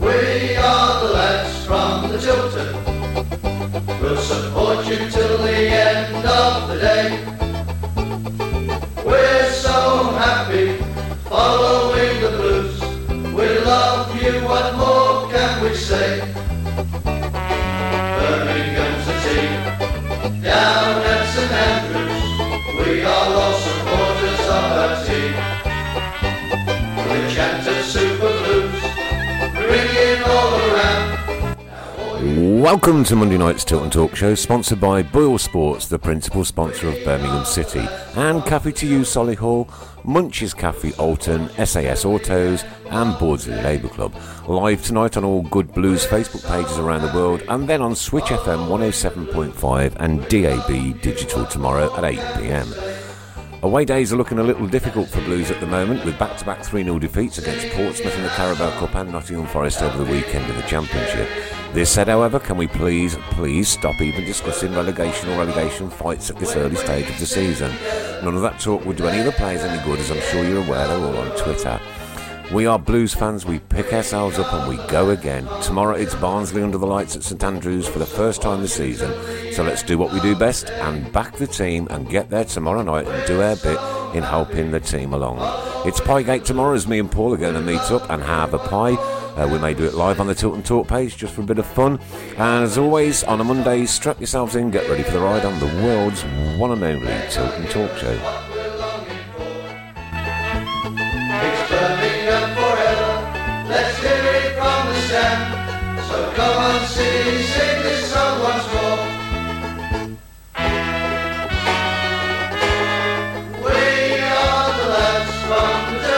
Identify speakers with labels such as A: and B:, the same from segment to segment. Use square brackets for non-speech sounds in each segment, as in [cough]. A: We are the lads from the Chiltern. We'll support you till the end of the day. We're so happy following the blues. We love you, what more can we say? Birmingham's a team, down at St Andrews. We are all supporters of our team. We chant a super blues, ringing all around.
B: Welcome to Monday night's Tilton Talk Show, sponsored by Boyle Sports, the principal sponsor of Birmingham City, and Cafe to You Solihull, Munch's Cafe Alton, SAS Autos, and Bordsley Labour Club. Live tonight on all Good Blues Facebook pages around the world, and then on Switch FM 107.5 and DAB Digital tomorrow at 8 pm. Away days are looking a little difficult for Blues at the moment, with back-to-back 3-0 defeats against Portsmouth in the Carabao Cup and Nottingham Forest over the weekend in the Championship. This said, however, can we please, please stop even discussing relegation or relegation fights at this early stage of the season? None of that talk would do any of the players any good, as I'm sure you're aware they're all on Twitter. We are Blues fans, we pick ourselves up and we go again. Tomorrow it's Barnsley under the lights at St Andrews for the first time this season. So let's do what we do best and back the team and get there tomorrow night and do our bit in helping the team along. It's Piegate tomorrow as me and Paul are going to meet up and have a pie. Uh, we may do it live on the Tilt and Talk page just for a bit of fun. And as always, on a Monday, strap yourselves in, get ready for the ride on the world's one and only Tilt and Talk show.
A: It's Birmingham forever. Let's hear it from the stand. So come on, city, sing this song once more. We are the lads from the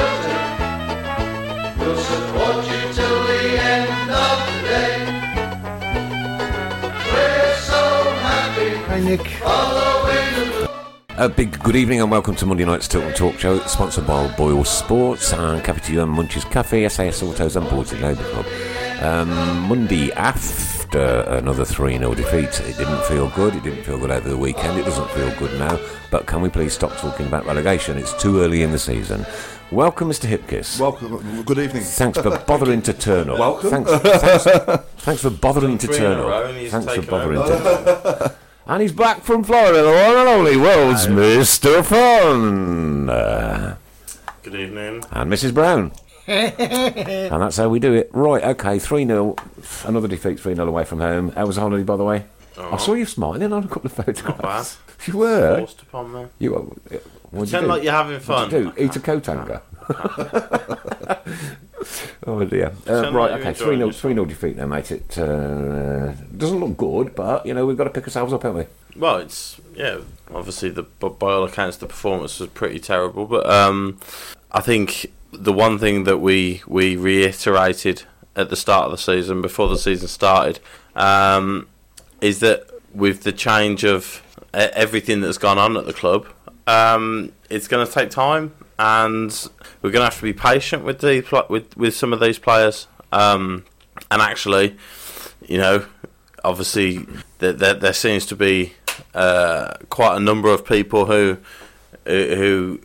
A: Delta. We'll support you till the end of the day. We're so happy
C: Hi, Nick.
A: following the
B: A big good evening and welcome to Monday night's Tilton Talk Show, sponsored by Boyle Sports and Cafe to You and Munch's Cafe, SAS Autos and Boardsley Labour Club. Um, Monday after another 3 0 defeat, it didn't feel good. It didn't feel good over the weekend. It doesn't feel good now. But can we please stop talking about relegation? It's too early in the season. Welcome, Mr. Hipkiss.
D: Welcome. Good evening.
B: Thanks for bothering to turn up.
D: Welcome.
B: Thanks, thanks, thanks for bothering to
E: Three in a
B: turn
E: row
B: up.
E: and he's
B: Thanks for
E: taken
B: bothering
E: over.
B: to. And he's back from Florida, the one and only world's Mr. Fun. Uh,
E: Good evening.
B: and Mrs.
E: [laughs]
B: Brown. and that's how we do it. Right, okay, 3 0. Another defeat, 3 0 away from home. How was the holiday, by the way?
E: Oh.
B: I saw you smiling on a couple of photographs. You were.
E: Forced upon me.
B: You were. uh, What
E: Pretend like you're having fun.
B: do? Eat a coat hanger. [laughs] oh dear. Uh,
E: Sound
B: right,
E: like you're
B: okay. 3
E: enjoying
B: 0
E: yourself.
B: 3 0 defeat there, mate. It uh, doesn't look good, but, you know, we've got to pick ourselves up, haven't we?
E: Well, it's yeah. Obviously, the b- by all accounts, the performance was pretty terrible. But um, I think the one thing that we we reiterated at the start of the season, before the season started, um, is that with the change of e- everything that's gone on at the club, um, it's going to take time, and we're going to have to be patient with the pl- with with some of these players. Um, and actually, you know, obviously there, there, there seems to be uh, quite a number of people who who- who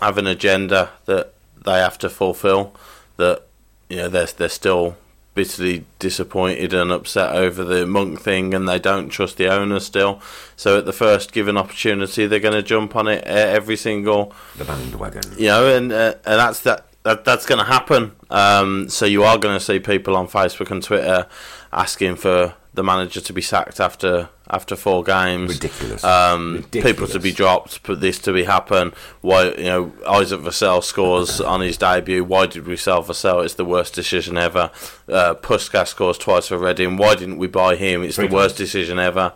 E: have an agenda that they have to fulfil. That you know they're they're still bitterly disappointed and upset over the monk thing, and they don't trust the owner still. So at the first given opportunity, they're going to jump on it uh, every single
B: The bandwagon.
E: you know, and uh, and that's that, that that's going to happen. Um, so you are going to see people on Facebook and Twitter asking for the manager to be sacked after after four games.
B: Ridiculous.
E: Um, People
B: Ridiculous.
E: to be dropped, but this to be happen. Why you know Isaac Vassell scores on his debut? Why did we sell Vassell? It's the worst decision ever. Uh, Puskas scores twice for Reading. Why didn't we buy him? It's the worst decision ever.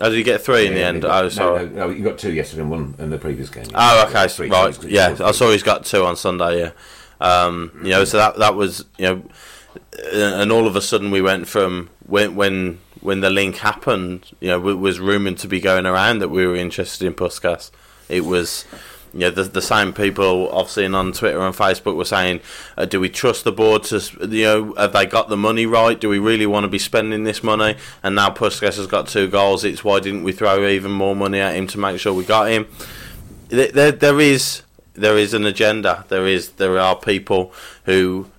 E: Oh, did you get three in the end?
B: got,
E: oh, sorry.
B: No, no, no, you got two yesterday and one in the previous game.
E: Oh, okay,
B: Three
E: right,
B: games.
E: yeah. I saw he's got two on Sunday. Yeah, um, you know, so that that was you know, uh, and all of a sudden we went from when when when the link happened, you know, it was rumored to be going around that we were interested in Puskas. It was. You know, the, the same people I've seen on Twitter and Facebook were saying, uh, "Do we trust the board to? s- You know, have they got the money right? Do we really want to be spending this money?" And now Puskas has got two goals. It's why didn't we throw even more money at him to make sure we got him? there, there, there is there is an agenda. There is there are people who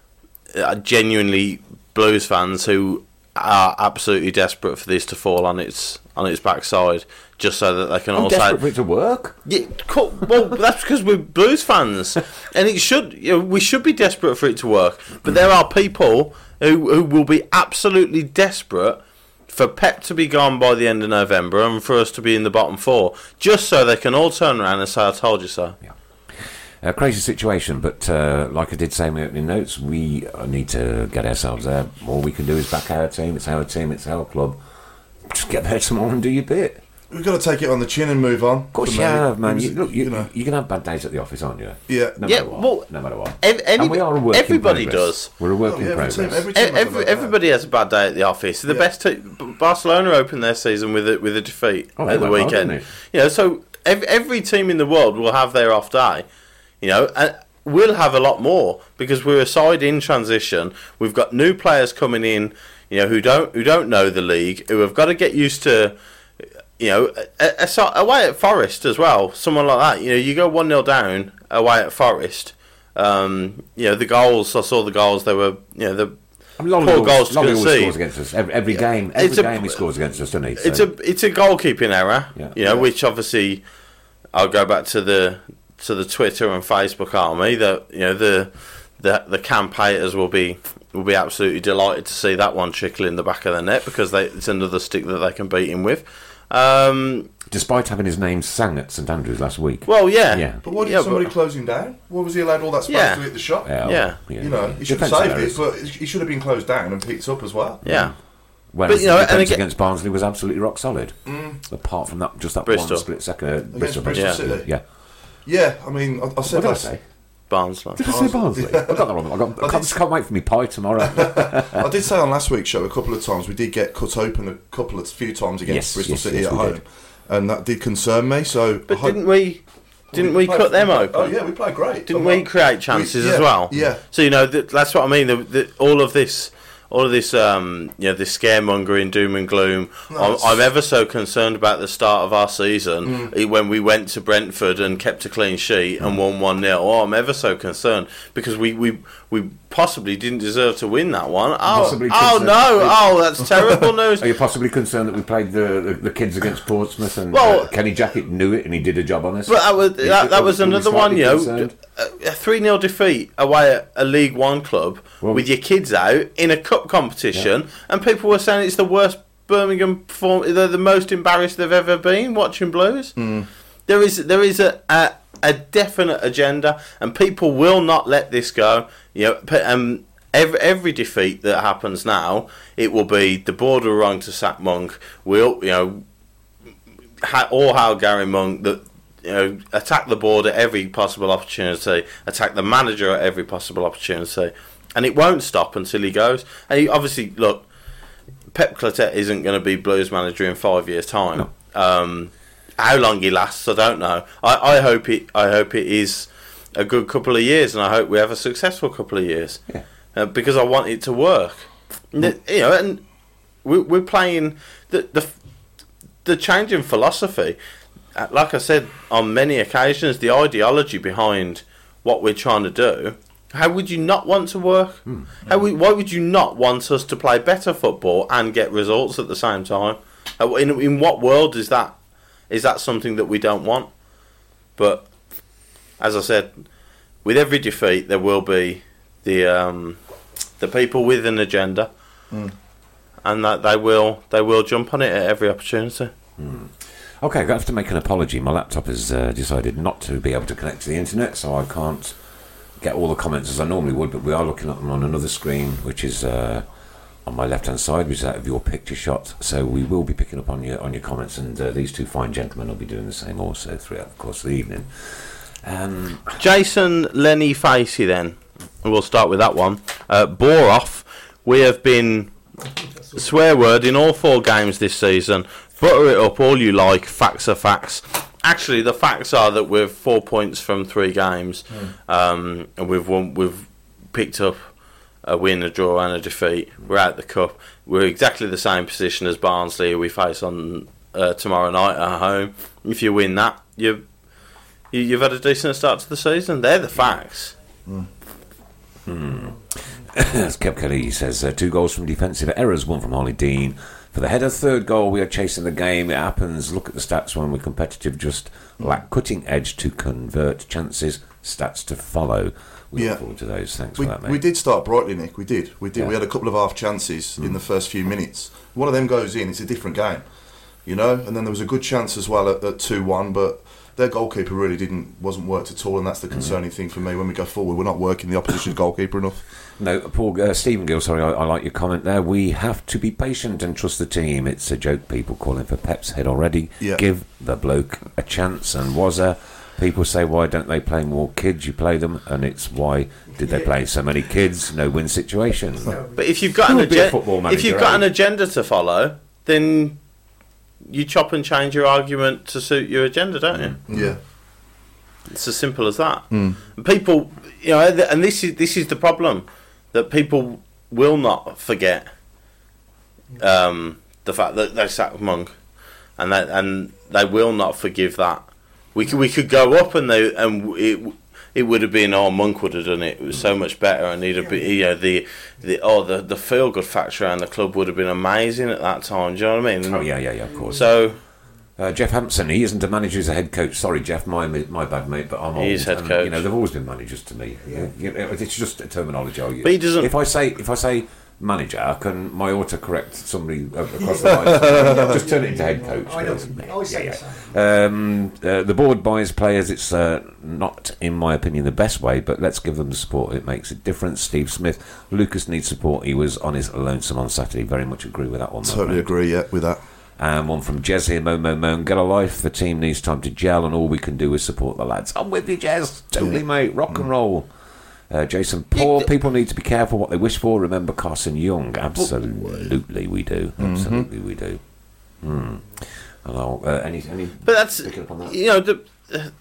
E: are genuinely Blues fans who are absolutely desperate for this to fall on its on its backside, just so that they can
B: I'm
E: all say,
B: desperate for it to work.
E: yeah, cool. well, that's because we're Blues fans, and it should you know, we should be desperate for it to work. But there are people who who will be absolutely desperate for Pep to be gone by the end of November and for us to be in the bottom four, just so they can all turn around and say, "I told you so."
B: A crazy situation, but uh, like I did say in my opening notes, we uh, need to get ourselves there. All we can do is back our team. It's our team. It's our club. Just get there tomorrow and do your bit.
C: We've got to take it on the chin and move on.
B: Of course you have, man. You, look, you,
C: you know.
B: you can have bad days at the office, aren't you?
C: Yeah.
B: No
E: Yeah,
B: matter what.
E: well,
B: no matter what.
E: ev- any-
B: and we are a work in
E: everybody
B: progress.
E: does.
B: We're a work
C: Oh,
B: in
C: yeah, every
B: progress.
C: team, every
E: E-
C: team has a
E: Every,
C: bad day.
E: everybody has a bad day at the office.
C: Yeah.
E: The best team, Barcelona opened their season with a, with a defeat
B: Oh, they
E: at the
B: went well,
E: weekend.
B: didn't
E: you know, so ev- every team in the world will have their off day. You know, and we'll have a lot more because we're a side in transition. We've got new players coming in. You know, who don't who don't know the league, who have got to get used to. You know, a- a- a- away at Forest as well. Someone like that. You know, you go one 0 down away at Forest. Um, you know the goals. I saw the goals. They were you know the
B: I mean, Lolly
E: poor
B: always-
E: goals to
B: Lolly always scores
E: concede.
B: against us. Every, every game, every
E: It's a-
B: game he scores against us, doesn't he?
E: It's
B: So-
E: a it's a goalkeeping error,
B: Yeah.
E: you know,
B: Yeah.
E: which obviously I'll go back to the to the Twitter and Facebook army that you know the the the camp haters will be will be absolutely delighted to see that one trickle in the back of the net because they, it's another stick that they can beat him with. Um,
B: despite having his name sang at St Andrews last week.
E: well, yeah,
B: Yeah.
C: But why did
E: Yeah,
C: somebody
E: but-
C: close him down? Why was he allowed all that space
E: Yeah.
C: to hit the shot?
B: Well,
E: yeah.
C: You know, he should have
B: uh, Defensive
C: saved it,
B: errors.
C: but he should have been closed down and picked up as well.
E: yeah.
B: Whereas
E: But, you know,
B: the
E: and
B: defence
E: again-
B: against Barnsley was absolutely rock solid. Apart from that, just that
E: Bristol.
B: one split second. Uh, Bristol,
C: Mm. Bristol
B: yeah.
C: City.
B: Yeah.
C: Yeah, I mean, I, I
B: What
C: said
B: did I
C: that.
B: say?
E: Barnsley.
B: Did I say Barnsley? I got that wrong. I, got, I can't, just can't wait for me pie
C: [laughs]
B: tomorrow.
C: I did say on last week's show a couple of times we did get cut open a couple of few times
B: Yes,
C: against Bristol
B: yes,
C: City
B: yes,
C: at
B: we
C: home,
B: did.
C: and that did concern me. So, I
E: But
C: hope-
E: didn't we didn't we
C: played-
E: cut them
C: played-
E: open?
C: Oh yeah, we played great.
E: Didn't
C: Oh,
E: we
C: wow.
E: create chances
C: We-
E: as
C: yeah,
E: well?
C: Yeah,
E: So you know th- that's what I mean. The, the, all of this, all of this, um, you know, this scaremongering, doom and gloom. I'm,
C: it's- Hmm.
E: I'm ever so concerned about the start of our season eh, when we went to Brentford and kept a clean sheet and won one 0 Oh, I'm ever so concerned because we, we we possibly didn't deserve to win that one. Oh,
B: Possibly
E: oh
B: concerned.
E: no! Oh,
C: [laughs]
E: that's terrible news.
B: Are you possibly concerned that we played the, the, the kids against Portsmouth and
E: Well-
B: uh, Kenny Jackett knew it and he did a job on us?
E: But that was
B: Is
E: that,
B: it-
E: that was
B: are we
E: another
B: slightly
E: one, you know, Uh,
B: concerned?
E: a three 0 defeat away at a League One club
B: Well-
E: with your kids out in a cup competition, and people were saying it's the worst Birmingham perform. They're the most embarrassed they've ever been watching Blues.
B: Hmm.
E: There is there is a, a a definite agenda, and people will not let this go. You know, p- um, every every defeat that happens now, it will be the board were wrong to sack Monk. We'll you know ha- or how Gary Monk that you know attack the board at every possible opportunity, attack the manager at every possible opportunity, and it won't stop until he goes. And he obviously look, Pep Clotet isn't going to be Blues manager in five years' time. Um, how long he lasts, I don't know. I, I hope it. I hope it is a good couple of years, and I hope we have a successful couple of years
B: Yeah.
E: uh, because I want it to work. N- You know, and we, we're playing the the the change in philosophy, uh, like I said on many occasions, the ideology behind what we're trying to do. How would you not want to work? How would, why would you not want us to play better football and get results at the same time? Uh, In, in what world is that? Is that something that we don't want? But as I said, with every defeat there will be the um, the people with an agenda, and that they will they will jump on it at every opportunity.
B: Okay, I'm going to have to make an apology. My laptop has uh, decided not to be able to connect to the internet, so I can't get all the comments as I normally would, but we are looking at them on another screen, which is uh, on my left hand side, which is out of your picture shot. So we will be picking up on your on your comments, and uh, these two fine gentlemen will be doing the same also throughout the course of the evening. Um,
E: Jason Lenny Facey, then. We'll start with that one. Uh, Boroff, we have been swear word in all four games this season. Butter it up all you like. Facts are facts. Actually, the facts are that we're four points from three games, um, and we've won, we've picked up a win, a draw, and a defeat. We're out the cup. We're exactly the same position as Barnsley, who we face on uh, tomorrow night at home. If you win that, you you- You've had a decent start to the season. They're the facts.
B: That's Kev Kelly. He says uh, two goals from defensive errors, one from Harley Dean. For the header, third goal, we are chasing the game. It happens. Look at the stats when we're competitive, just lack cutting edge to convert chances. Stats to follow. We
C: Yeah.
B: look forward to those. Thanks
C: We,
B: for that, mate.
C: we did start brightly, Nick. We did. We did.
B: Yeah.
C: We had a couple of half chances in the first few minutes. One of them goes in. It's a different game, you know. And then there was a good chance as well at two one, but their goalkeeper really didn't wasn't worked at all, and that's the concerning thing for me when we go forward. We're not working the opposition goalkeeper enough.
B: No, Paul uh, Stephen Gill. Sorry, I, I like your comment there. We have to be patient and trust the team. It's a joke. People calling for Pep's head already.
C: Yeah.
B: Give the bloke a chance. And was a people say why don't they play more kids? You play them, and it's why did they play so many kids? No win situation.
E: But if you've got an
B: You'll be a
E: agenda,
B: football
E: if
B: manager,
E: you've got
B: eh?
E: an agenda to follow, then you chop and change your argument to suit your agenda, don't you?
C: Yeah.
E: It's as simple as that.
B: Hmm.
E: People, you know, th- and this is this is the problem that people will not forget um, the fact that they sacked Monk, and that and they will not forgive that. We could, we could go up and they and it it would have been oh Monk would have done it. It was so much better, and he'd have been you know the the oh the the feel good factor around the club would have been amazing at that time. Do you know what I mean?
B: Oh yeah, yeah, yeah. Of course.
E: So
B: Uh, Jeff Hampson, he isn't a manager; he's a head coach. Sorry, Jeff, my my bad, mate. But I'm old.
E: is head
B: and,
E: coach.
B: You know, they've always been managers to me. Yeah. You know, it's just a terminology I use.
E: But he doesn't-
B: If I say if I say manager, I can my autocorrect somebody o- across the
D: [laughs]
B: line? just turn it into head coach.
D: I know. I always
B: Yeah,
D: say
B: yeah.
D: the same.
B: Um, uh, the board buys players. It's uh, not, in my opinion, the best way, but let's give them the support. It makes a difference. Steve Smith, Lucas needs support. He was on his lonesome on Saturday. Very much agree with that one. my
C: Totally
B: friend.
C: agree. Yeah, with that.
B: And Um, one from Jez here, Mo Mo Mo, and get a life. The team needs time to gel, and all we can do is support the lads. I'm with you, Jez. Totally, mate. Rock
E: Mm.
B: and roll. Uh, Jason, poor people need to be careful what they wish for. Remember Carson Young. Absolutely, we do.
E: Mm-hmm.
B: Absolutely, we do. Hmm. And I'll, uh, any, any
E: But that's
B: picking up on that.
E: you know the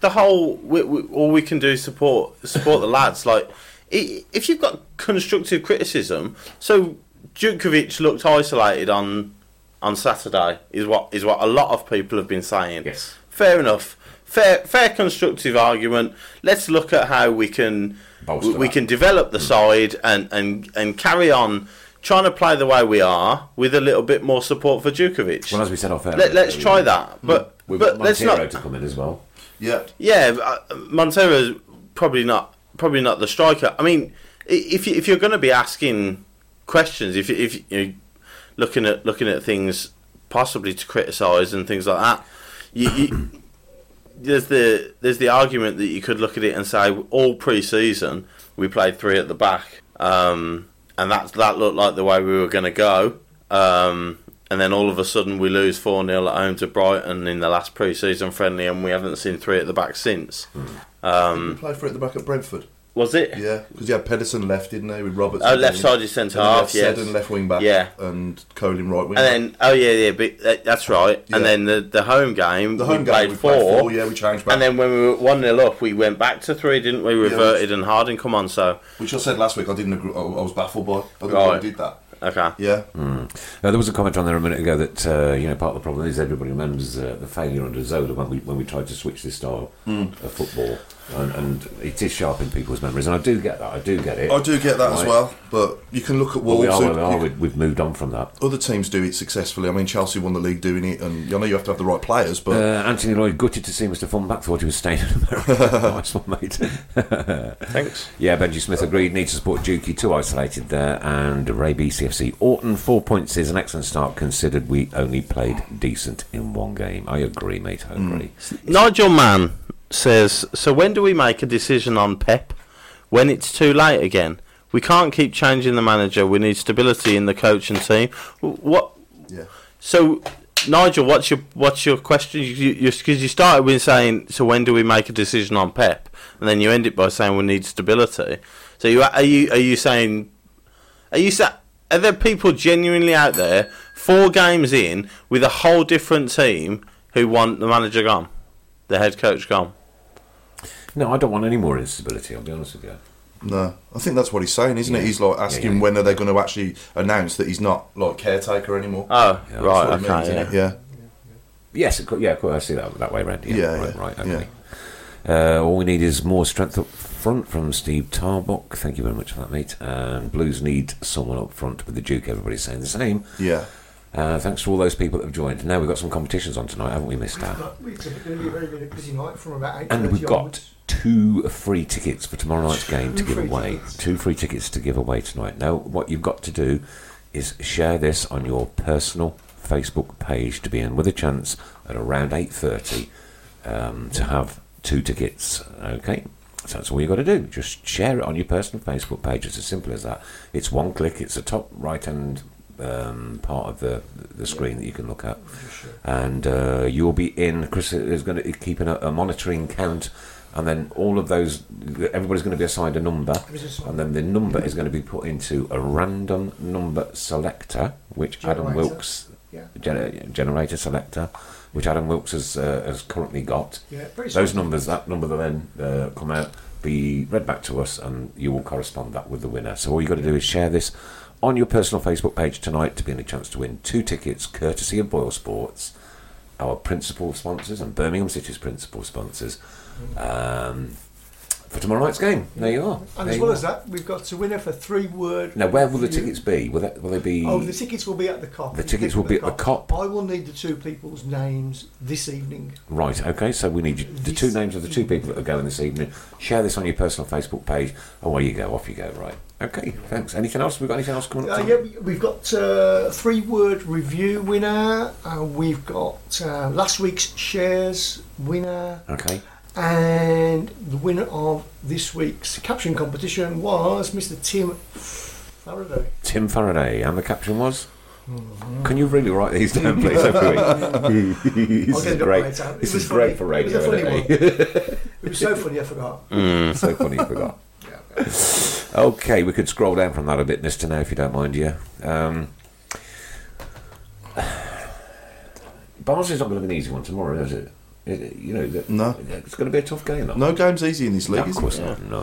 E: the whole. We, we, all we can do is support support the lads. Like i- if you've got constructive criticism, so Djukovic looked isolated on on Saturday is what is what a lot of people have been saying.
B: Yes.
E: fair enough. Fair, fair constructive argument. Let's look at how we can
B: Bolster
E: we
B: that. Mm.
E: can develop the side and, and and carry on trying to play the way we are with a little bit more support for Djukovic.
B: Well, as we said off air,
E: Let, let's try that. But
B: We've
E: but
B: got
E: let's
B: Montero
E: not.
B: to come in as well.
C: Yeah.
E: Yeah, but, uh, Montero's probably not probably not the striker. I mean, i- if you, if you're going to be asking questions, if you- if you're looking at looking at things possibly to criticise and things like that, you. you [coughs] There's the there's the argument that you could look at it and say all pre-season we played three at the back, um, and that that looked like the way we were going to go. Um, and then all of a sudden we lose four 0 at home to Brighton in the last pre-season friendly, and we haven't seen three at the back since.
C: He played for it at the back at Brentford.
E: Was it?
C: Yeah, because he had Pedersen left, didn't he? With Roberts.
E: Oh, left-sided centre half, yes.
C: Seddon left wing back.
E: Yeah.
C: And Colin right wing.
E: And
C: back.
E: then, oh yeah, yeah, but that- that's right.
C: Yeah.
E: And then the, the home game,
C: The home
E: we
C: game,
E: played
C: we
E: four,
C: played four, yeah, we changed back.
E: And then when we were one 0 up, we went back to three, didn't we? Reverted and Harding come on, so
C: Which I said last week, I didn't agree. I I was baffled by. I didn't know
E: Right.
C: we did that.
E: okay.
C: Yeah.
B: Uh, there was a comment on there a minute ago that uh, you know part of the problem is everybody remembers uh, the failure under Zola when we when we tried to switch this style
C: Mm.
B: of football, and, and it is sharp in people's memories. And I do get that. I do get it.
C: I do get that as
B: Right.
C: well, but you can look at
B: But
C: Wolves.
B: we are
C: who-
B: where we are.
C: you-
B: We, we've moved on from that.
C: other teams do it successfully. I mean, Chelsea won the league doing it, and I know you have to have the right players,
B: Uh,
C: but
B: Anthony Lloyd gutted to see Mr. Funback. Thought he was staying in
C: [laughs]
B: America. nice one, mate.
E: Thanks.
B: yeah, Benji Smith agreed. Needs to support Juki. Too isolated there. And Ray BCFC. Orton, four points is an excellent start, considered we only played decent in one game. I agree, mate. I
C: Mm.
B: agree.
E: Nigel Mann says, "So when do we make a decision on Pep? When it's too late again? we can't keep changing the manager. We need stability in the coach and team. W- What?
C: Yeah.
E: So, Nigel, what's your what's your question? Because you, you, 'cause you started with saying, so when do we make a decision on Pep? And then you end it by saying we need stability. So you are you are you saying are you sa- are there people genuinely out there four games in with a whole different team who want the manager gone, the head coach gone?
B: No, I don't want any more instability. I'll be honest with you.
C: No, I think that's what he's saying, isn't
B: Yeah.
C: it? He's like asking
B: yeah.
C: when are they going to actually announce that he's not like caretaker anymore.
E: Oh,
B: Ah, Yeah, that's
E: right,
C: That's what
E: okay,
C: it means,
E: yeah.
C: innit? yeah.
B: Yes, of course, yeah, of course. I see that that way around. Yeah,
C: Yeah,
B: right,
C: yeah,
B: right, okay. Uh, all we need is more strength up front from Steve Tarbock. Thank you very much for that, mate. And Blues need someone up front with the Duke. Everybody's saying the same.
C: Yeah.
B: Uh, thanks to all those people that have joined. Now we've got some competitions on tonight, haven't we, Missed
D: We've
B: that?
D: got, we've got it's going to be a very, very busy night from about 8
B: And we've got two free tickets for tomorrow night's game to
D: Two
B: give
D: free
B: away.
D: tickets.
B: Two free tickets to give away tonight. Now, what you've got to do is share this on your personal Facebook page to be in with a chance at around 8.30 um, to have two tickets. Okay? So that's all you've got to do. Just share it on your personal Facebook page. It's as simple as that. It's one click. It's the top right-hand um, part of the, the screen that you can look at and uh, you'll be in. Chris is going to keep a, a monitoring count, and then all of those, everybody's going to be assigned a number, and then the number is going to be put into a random number selector, which Adam
D: Generator.
B: Wilkes
D: Yeah.
B: gener- generator selector, which Adam Wilkes has uh, has currently got.
D: Yeah, pretty
B: Those
D: soon.
B: numbers, that number will then uh, come out, be read back to us, and you will correspond that with the winner. So all you've got to do is share this on your personal Facebook page tonight to be in a chance to win two tickets, courtesy of Boyle Sports, our principal sponsors and Birmingham City's principal sponsors, um, for tomorrow night's game. There you are.
D: Mm. And
B: There
D: as
B: you
D: well
B: are.
D: as that, we've got a winner for three word.
B: Now, where will the
D: review.
B: tickets be? Will, that, will they be?
D: Oh, the tickets will be at the cop.
B: The
D: You
B: tickets
D: pick
B: will be at the Cop.
D: I will need the two people's names this evening.
B: Right, okay, so we need you, the two
D: This
B: names of the two people that are going this evening. Share this on your personal Facebook page. Away you go, off you go, right. Okay, thanks. Anything else? We've got anything else coming up?
D: Uh, yeah, we- we've got uh, three word review winner. Uh, we've got uh, last week's shares winner.
B: Okay.
D: And the winner of this week's caption competition was Mr. Tim Faraday.
B: Tim Faraday, and the caption was? Can you really write these down, please, every week? this
D: [laughs] I'll get
B: is
D: it up
B: great.
D: later. It
B: This
D: was
B: is great
D: funny.
B: for
D: It was a
B: radio,
D: funny
B: [laughs] isn't it?
D: It was so funny, I forgot.
B: so funny, I forgot. Okay, we could scroll down from that a bit, Mister. Now, if you don't mind, yeah. Um, Barnsley's not going to be an easy one tomorrow, is it? Is it- you know, the,
C: No.
B: it's going to be a tough game. though.
C: No game's easy in this
B: No,
C: league,
B: of
C: is
B: course
C: it?
B: not. No,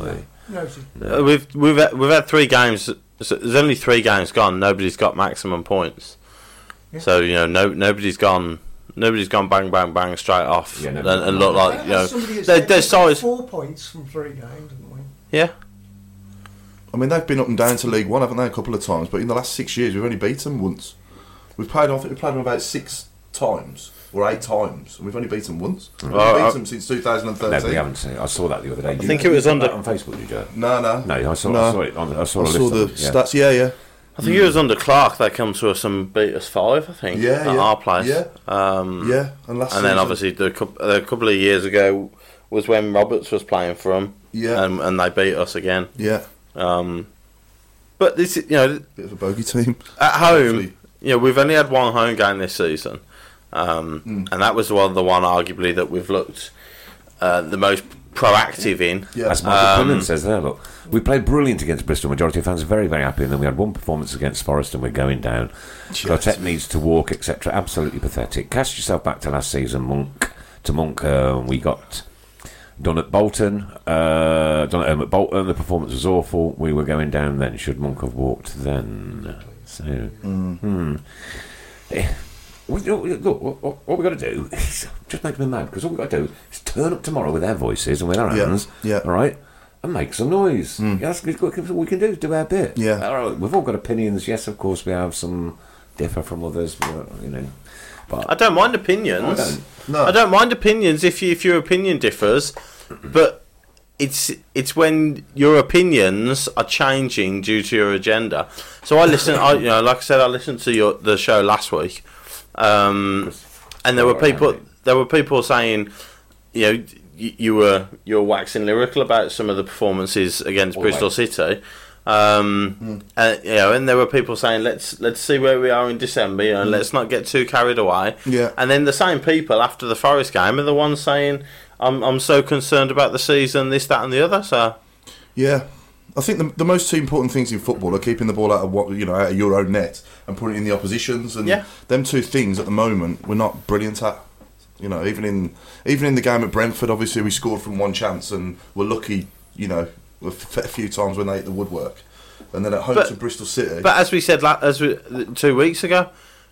D: Noted.
E: Uh, We've we've had, we've had three games. So there's only three games gone. Nobody's got maximum points. So you know, no nobody's gone. Nobody's gone bang bang bang straight off
B: Yeah,
E: and,
B: no-
E: and look like you know
D: Somebody has
E: they
D: said
E: they're
D: we've got
E: size.
D: four points from three games, didn't we?
E: Yeah,
C: I mean, they've been up and down to League One, haven't they, a couple of times? But in the last six years, we've only beaten them once. We've played, I think we've played them about six times or eight times, and we've only beaten them once. We've
E: Well,
C: beaten
E: I-
C: them since
B: Oh, no,
C: 2013.
B: we haven't seen. it. I saw that the other day. Did you-
E: think it
B: did you
E: was
B: put
E: under-
B: that on Facebook. Did you?
C: No, no.
B: No, I saw. I saw it. On, I saw,
C: I
B: a list
C: saw
B: of
C: the
B: them, yeah.
C: stats. Yeah, yeah.
E: I think it was under Clark. They come to us and beat us five. I think.
C: Yeah,
E: at
C: yeah,
E: our place.
C: yeah.
E: Um,
C: Yeah. And last
E: And then
C: season-
E: obviously the coup- a couple of years ago was when Roberts was playing for them.
C: Yeah.
E: And, and they beat us again.
C: Yeah.
E: Um, but this, is- you know,
C: Bit of a bogey team.
E: at home,
C: Hopefully.
E: you know, we've only had one home game this season, um,
C: Hmm.
E: and that was the one, the one arguably that we've looked uh, the most proactive in.
C: Yeah.
B: That's Michael Quinlan says there. Look, we played brilliant against Bristol. Majority of fans are very, very happy. And then we had one performance against Forest, and we're going down. Gotet needs to walk, etc. Absolutely pathetic. Cast yourself back to last season, Monk. To Monk, uh, we got done at Bolton. Uh, done at home at Bolton. The performance was awful. We were going down then. Should Monk have walked then? So,
C: Mm.
B: hmm. Eh, we- we- Look, what, what, what we got to do is just makes me mad because all we got to do is turn up tomorrow with our voices and with our
C: Yeah,
B: hands,
C: yeah.
B: all right, and make some noise. That's good- good- all we can do is do our bit.
C: Hmm. Yeah.
B: all right, we've all got opinions. Yes, of course, we have some differ from others, but, you know. But
E: I don't mind opinions.
B: I don't.
C: No.
E: I don't mind opinions if you, if your opinion differs, but it's it's when your opinions are changing due to your agenda. So I listen. I you know, like I said, I listened to your the show last week, um, and there were people there were people saying, you know. y- You were you were waxing lyrical about some of the performances against Bristol City, Um,
C: Hmm.
E: uh, you know, and there were people saying, "Let's let's see where we are in December, you know, and let's not get too carried away."
C: Hmm. Yeah.
E: And then the same people after the Forest game are the ones saying, "I'm I'm so concerned about the season, this, that, and the other." So
C: Yeah, I think the, the most two important things in football are keeping the ball out of what you know out of your own net and putting it in the opposition's. And
E: Yeah.
C: them two things at the moment we're not brilliant at. You know, even in even in the game at Brentford, obviously we scored from one chance and we're lucky. You know, a f- a few times when they hit the woodwork, and then at home
E: But-
C: to Bristol City.
E: But as we said, la- as we, two weeks ago,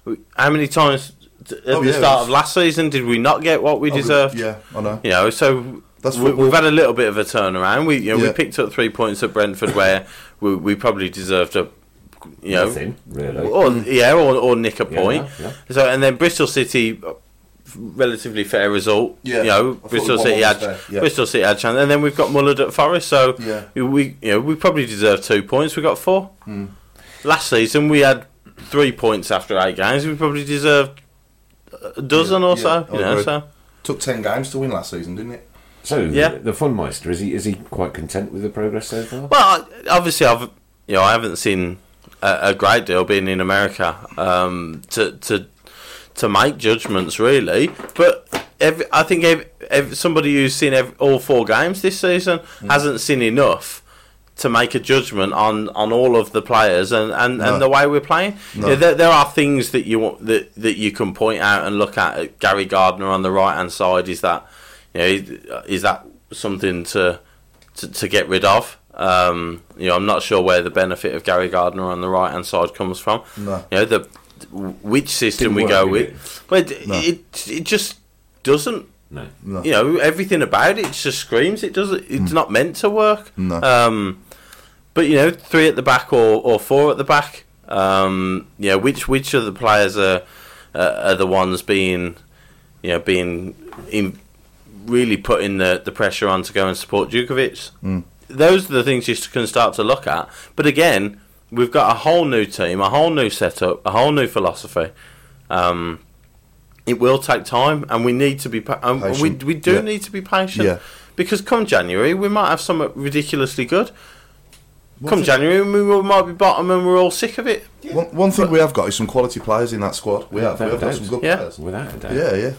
E: we- how many times t- at
C: Oh,
E: the
C: yeah, it
E: start
C: was-
E: of last season did we not get what we
C: Oh, we-
E: deserved?
C: yeah, I know.
E: You know, so
C: That's
E: we,
C: football.
E: we've had a little bit of a turnaround. We you know,
C: Yeah.
E: we picked up three points at
C: [laughs]
E: Brentford where we, we probably deserved a you know Oh,
B: Nothing, really.
E: or yeah or, or nick a point.
B: yeah.
E: So and then Bristol City. uh, Relatively fair result,
C: Yeah,
E: you
C: I
E: know.
C: thought
E: Bristol
C: the one
E: City
C: was
E: had
C: fair, yeah.
E: Bristol City had chance, and then we've got Mullard at Forest. So
C: Yeah.
E: we, you know, we probably deserve two points. We got four.
C: Hmm.
E: Last season we had three points after eight games. We probably deserved a dozen or
C: yeah,
E: so.
C: I
E: you know,
C: agree.
E: so
C: Took ten games to win last season, didn't it?
B: So
E: Yeah.
B: the funmeister is he is he quite content with the progress so far?
E: Well, I- obviously, I've you know I haven't seen a, a great deal being in America um, to to to make judgments really, but every, I think ev ev somebody who's seen ev all four games this season hasn't seen enough. To make a judgment on, on all of the players and, and,
C: No.
E: and the way we're playing, You know, there, there are things that you want, that that you can point out and look at. Gary Gardner on the right hand side is that you know is, is that something to to, to get rid of. Um, you know, I'm not sure where the benefit of Gary Gardner on the right hand side comes from.
C: No.
E: You know, the which
B: Didn't
E: system we
B: work,
E: go
B: did
E: with,
B: it?
E: but it, it it just doesn't.
B: No.
C: No. Hmm.
E: You know, everything about it just screams it doesn't. It's not meant to work.
C: No.
E: Um, but you know, three at the back or, or four at the back. Um, you know, which which of the players are uh, are the ones being you know being in really putting the, the pressure on to go and support Djokovic.
C: Mm.
E: Those are the things you can start to look at. But again, we've got a whole new team, a whole new setup, a whole new philosophy. Um, it will take time, and we need to be pa- um, we
C: Patient,
E: we do
C: yeah.
E: need to be patient
C: Yeah.
E: because come January we might have something ridiculously good. come
C: thing-
E: January we will- might be bottom and we're all sick of it.
C: One, one thing we have got is some quality players in that squad. We have. We
B: without a
C: have got
B: doubt.
C: some good
E: Yeah.
C: players.
B: Without a doubt.
C: Yeah, yeah.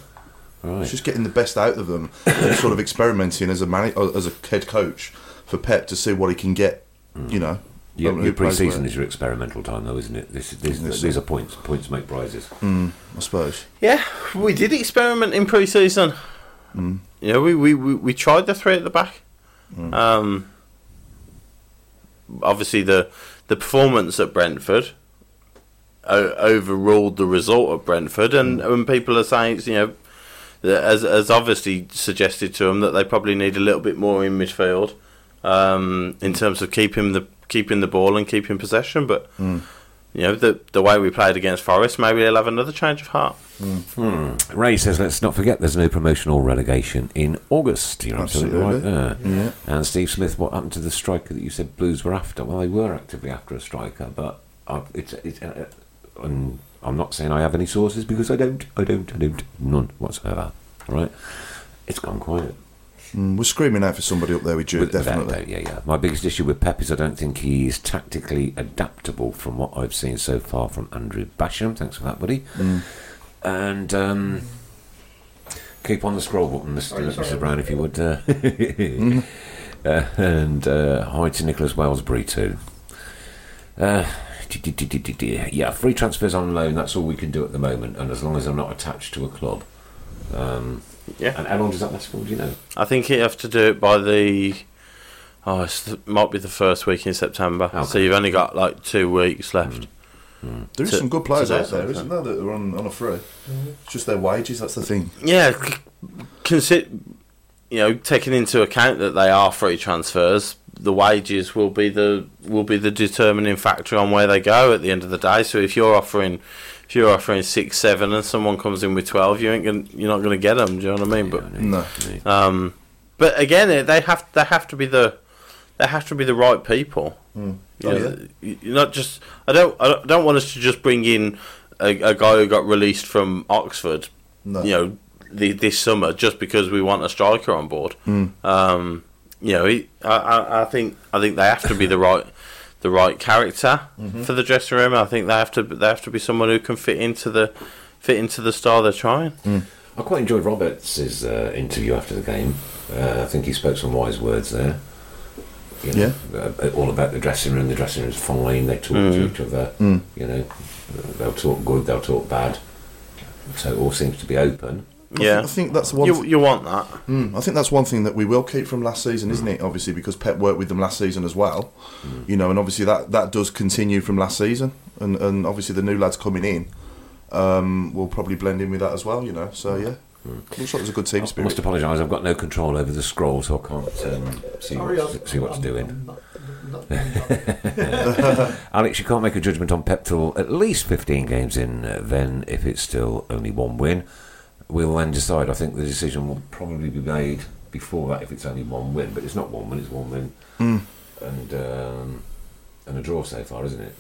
B: Right.
C: It's just getting the best out of them, and sort of experimenting as a man, as a head coach for Pep to see what he can get. You know,
B: Your,
C: from
B: Mm. your
C: who plays
B: pre-season
C: where,
B: is your experimental time, though, isn't it? This, this,
C: Isn't it,
B: these are points. Points make prizes.
C: I suppose.
E: Yeah, we did experiment in pre-season. You know, we, we, we, we tried the three at the back. Um, obviously, the the performance at Brentford o- overruled the result at Brentford, and, and people are saying, it's, you know, that as as obviously suggested to them that they probably need a little bit more in midfield um, in terms of keeping the keeping the ball and keeping possession, but. You know the the way we played against Forest, maybe they'll have another change of heart.
B: Ray says, let's not forget there's no promotion or relegation in August. You're absolutely,
C: Absolutely.
B: right there. And Steve Smith, what happened to the striker that you said Blues were after? Well, they were actively after a striker, but I, it's, it's, uh, uh, um, I'm not saying I have any sources because I don't. I don't. I don't. None whatsoever. All right? It's gone quiet.
C: Mm, we're screaming out for somebody up there with Jude,
B: With- without
C: definitely.
B: doubt, yeah, yeah. My biggest issue with Pep is I don't think he is tactically adaptable from what I've seen so far from Andrew Basham. Thanks for that, buddy. And um, keep on the scroll button, Mr. Mr. Brown, if you would. [laughs] Uh, uh, and uh, hi to Nicholas Walesbury, too. Uh, yeah, free transfers on loan, that's all we can do at the moment, and as long as I'm not attached to a club. Um,
E: Yeah.
B: And how long does that last for, do you know?
E: I think you have to do it by the. Oh, it might be the first week in September. So
B: Okay.
E: you've only got like two weeks left.
C: There is
E: To-
C: some good players
E: to do
C: out there,
E: something.
C: isn't there, that are on, on a free. It's just their wages. That's the thing.
E: Yeah, c- consider you know taking into account that they are free transfers. The wages will be the will be the determining factor on where they go at the end of the day. So if you're offering if you're offering six seven and someone comes in with twelve, you ain't gonna, you're not going to get them. Do you know what I mean? But
C: No.
E: Um, but again, eh, they have they have to be the they have to be the right people. You
C: Oh,
E: know, y- you're not just. I don't. I don't- don't want us to just bring in a, a guy who got released from Oxford.
C: No.
E: You know, the, this summer just because we want a striker
C: Hmm. [laughs]
E: on board. Um, you know, it, I, I, I think I think they have to be the right the right character
C: Mm-hmm.
E: for the dressing room. I think they have to they have to be someone who can fit into the fit into the style they're trying.
C: Hmm.
B: I quite enjoyed Roberts' uh, interview after the game. Uh, I think he spoke some wise words there. You know, uh, all about the dressing room. The dressing room's fine. They talk to each other. You know, they'll talk good. They'll talk bad. So it all seems to be open.
E: yeah,
C: I think that's one.
E: you, you want that.
C: Mm, I think that's one thing that we will keep from last season, isn't it? Obviously, because Pep worked with them last season as well,
E: Hmm.
C: you know, and obviously that, that does continue from last season, and and obviously the new lads coming in um, will probably blend in with that as well, you know. So yeah,
E: Hmm.
C: looks like there's a good
E: Oh,
C: team
B: I
C: spirit.
B: must apologise. I've got no control over the scroll, so I can't um, see
D: Sorry, I'm-
B: what's, see what's
D: I'm-
B: doing.
D: I'm not- I'm not- I'm
B: [laughs]
D: not-
B: Alex, you can't make a judgment on Pep till at least 15 games in. uh, Then, if it's still only one win, we'll then decide. I think the decision will probably be made before that if it's only one win. But it's not one win; it's one win and um, and a draw so far, isn't it?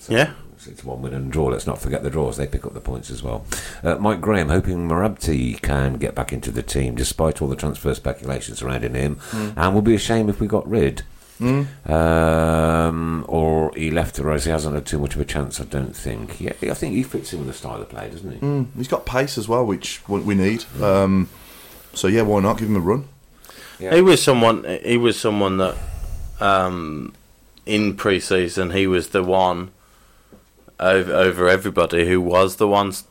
B: So
E: Yeah.
B: it's- It's one win and a draw. Let's not forget the draws; they pick up the points as well. Uh, Mike Graham hoping Marabti can get back into the team despite all the transfer speculation surrounding him, and would be a shame if we got rid. Um, or he left the Rose. He hasn't had too much of a chance, I don't think. Yeah, I think he fits in with the style of play, doesn't he?
C: Mm, he's got pace as well, which we we need.
E: Hmm.
C: Um, so yeah, why not give him a run?
B: Yeah.
E: He was someone. He was someone that, um, in pre-season, he was the one over, over everybody who was the one s-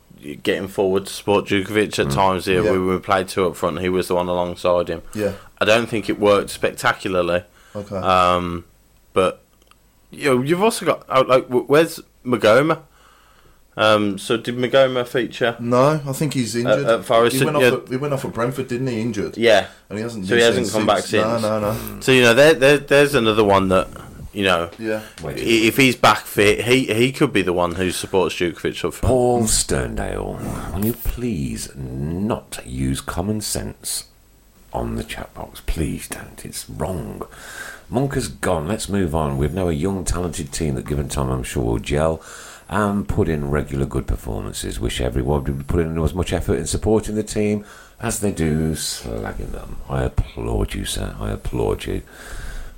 E: getting forward to support Djokovic. At times here,
C: Mm. Yeah.
E: we were played two up front. He was the one alongside him.
C: Yeah.
E: I don't think it worked spectacularly,
C: Okay.
E: um, but you know, you've also got oh, like wh- where's Magoma? Um, so did Magoma feature?
C: no, I think he's injured.
E: uh, Forrest
C: he,
E: said-
C: went off
E: yeah.
C: at, he went off at Brentford, didn't he? Injured.
E: Yeah,
C: And he hasn't.
E: So
C: been
E: he hasn't come back
C: No,
E: since.
C: no, no.
E: So you know, there, there, there's another one that you know.
C: Yeah.
E: i-
B: Wait.
E: If he's back fit, he he could be the one who supports Djokovic up front.
B: Paul Sterndale, will you please not use common sense on the chat box? Please don't. It's wrong. Monk has gone. Let's move on. We've now a young, talented team that, given time, I'm sure will gel and put in regular good performances. Wish everyone would put in as much effort in supporting the team as they do slagging them. I applaud you, sir. I applaud you.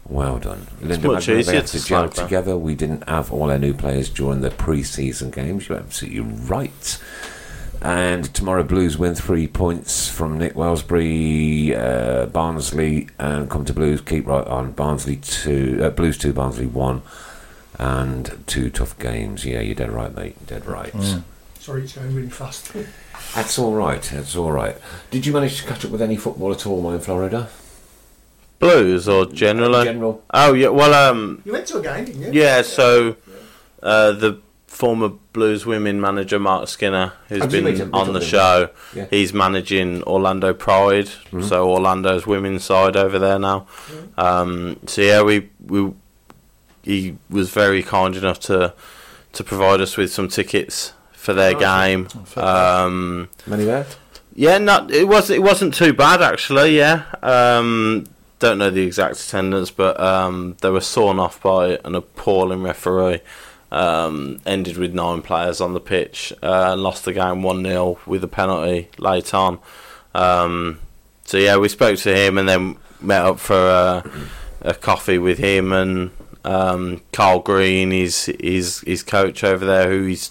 B: Well done. Linda
E: much
B: Magnolia
E: easier
B: had
E: to
B: gel
E: slag them.
B: together. We didn't have all our new players during the pre-season games. You're absolutely right. And tomorrow, Blues win three points from Nick Wellesbury, uh, Barnsley, and come to Blues. Keep right on Barnsley two, uh, Blues two, Barnsley one, and two tough games. Yeah, you're dead right, mate. Dead right.
E: Mm.
D: Sorry, it's going really fast. [laughs]
B: That's all right. That's all right. Did you manage to catch up with any football at all, mate, in Florida?
E: Blues or generally?
B: Uh, General.
E: Oh yeah, well um
D: You went to a game, didn't you?
E: yeah. So uh, the former Blues women manager Mark Skinner, who's
B: Oh, did you meet him? We
E: been on the
B: talked to
E: show,
B: Yeah. Mm-hmm.
E: he's managing Orlando Pride. So Orlando's women's side over there now. Um, so yeah, we we he was very kind enough to to provide us with some tickets for
B: Oh,
E: their game. Um,
B: Many there?
E: yeah, not it was it wasn't too bad actually. Yeah, um, don't know the exact attendance, but um, they were sawn off by an appalling referee. Um, ended with nine players on the pitch uh, and lost the game one 0 with a penalty late on. Um, so yeah, we spoke to him and then met up for a, a coffee with him and um, Carl Green, his his his coach over there, who he's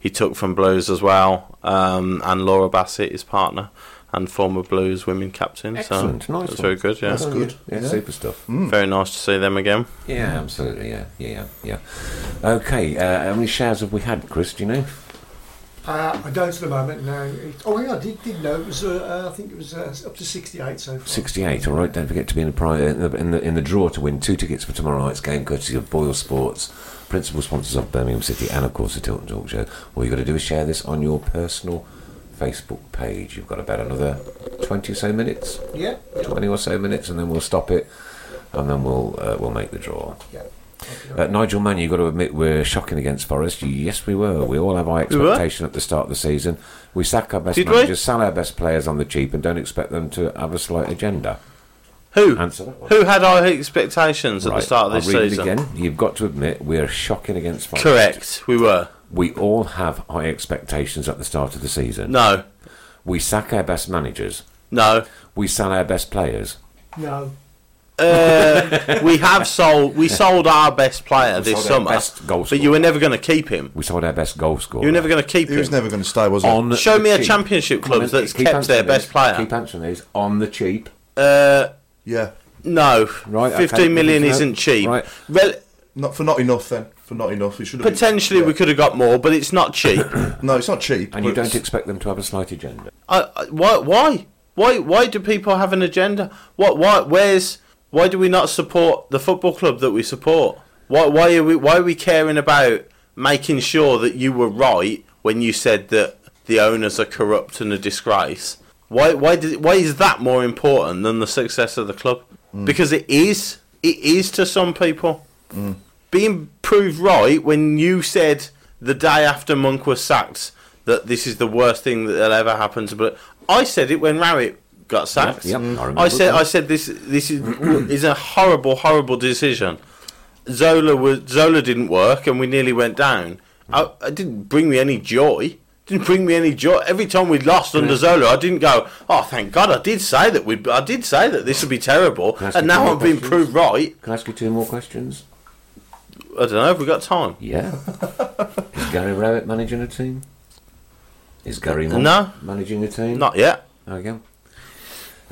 E: he took from Blues as well, um, and Laura Bassett, his partner and former Blues women captain.
B: Excellent.
E: So
B: nice.
E: that's
B: one.
E: very good. Yeah,
B: Well done,
C: good.
B: Yeah,
C: Yeah.
B: super stuff.
E: very nice to see them again.
B: Yeah, absolutely. Yeah, yeah, yeah. yeah. Okay, uh, how many shares have we had, Chris? Do you know?
D: Uh, I don't at the moment. No. It- oh, yeah, I did, did know it was. Uh, uh, I think it was uh, up to sixty-eight so far.
B: Sixty-eight. All right. Don't forget to be in the pri- in the, in the in the draw to win two tickets for tomorrow night's game, courtesy of Boyle Sports, principal sponsors of Birmingham City, and of course the Tilton Talk Show. All you got to do is share this on your personal Facebook page. You've got about another twenty or so minutes,
D: Yeah. Yeah.
B: twenty or so minutes, and then we'll stop it, and then we'll uh, we'll make the draw.
D: yeah. Okay.
B: Uh, Nigel Mann, you've got to admit we're shocking against Forest. Yes, we were. We all have high
E: We were?
B: expectation at the start of the season. We sack our best
E: Did we?
B: managers, sell our best players on the cheap, and don't expect them to have a slight agenda.
E: Who
B: Answer that one.
E: who had our expectations at
B: Right,
E: the start of
B: I'll
E: this
B: read it
E: season?
B: again. You've got to admit we are shocking against Forest.
E: Correct, we were
B: We all have high expectations at the start of the season.
E: no,
B: We sack our best managers.
E: no,
B: We sell our best players.
D: No.
E: uh, we have sold we sold our best player
B: We
E: this
B: sold our
E: summer,
B: best goal
E: but you
B: scorer.
E: were never going to keep him.
B: We sold our best goal scorer.
E: You were never going to keep
C: He was
E: him.
C: never going to stay, was he?
B: on
E: Show
B: the
E: me a
B: cheap.
E: championship club
B: Come on,
E: that's
B: keep
E: kept
B: answering
E: their best
B: these.
E: player.
B: Keep answering these on the cheap.
E: Uh,
C: Yeah.
E: no,
B: Right, okay,
E: fifteen million
B: no,
E: isn't cheap.
B: right.
E: Rel-
C: Not for not enough then. For not enough. He should have
E: potentially,
C: been,
E: we could have got more, but it's not cheap.
C: could. No, it's not cheap.
B: And you
C: but
B: don't expect them to have a slight agenda.
E: I, I, why? Why? Why? Why do people have an agenda? What? Why? Where's? Why do we not support the football club that we support? Why? Why are we? Why are we caring about making sure that you were right when you said that the owners are corrupt and a disgrace? Why? Why? Did, why is that more important than the success of the club? Because it is. It is to some people being proved right when you said the day after Monk was sacked that this is the worst thing that'll ever happen to. But I said it when Rowett got sacked.
B: yep, I remember
E: I said
B: that.
E: I said this this is [clears throat] is a horrible horrible decision. Zola was Zola didn't work and we nearly went down. I, it didn't bring me any joy. Didn't bring me any joy. Every time we lost under Zola, I didn't go. Oh, thank God! I did say that we. I did say that this would be terrible,
B: Can I ask
E: and
B: you
E: now
B: more
E: I'm being
B: questions?
E: proved right.
B: Can I ask you two more questions?
E: I don't know. Have we got time? [laughs]
B: Yeah. Is Gary Rowett managing a team? Is Gary Monk
E: No.
B: managing a team?
E: Not yet.
B: There we go.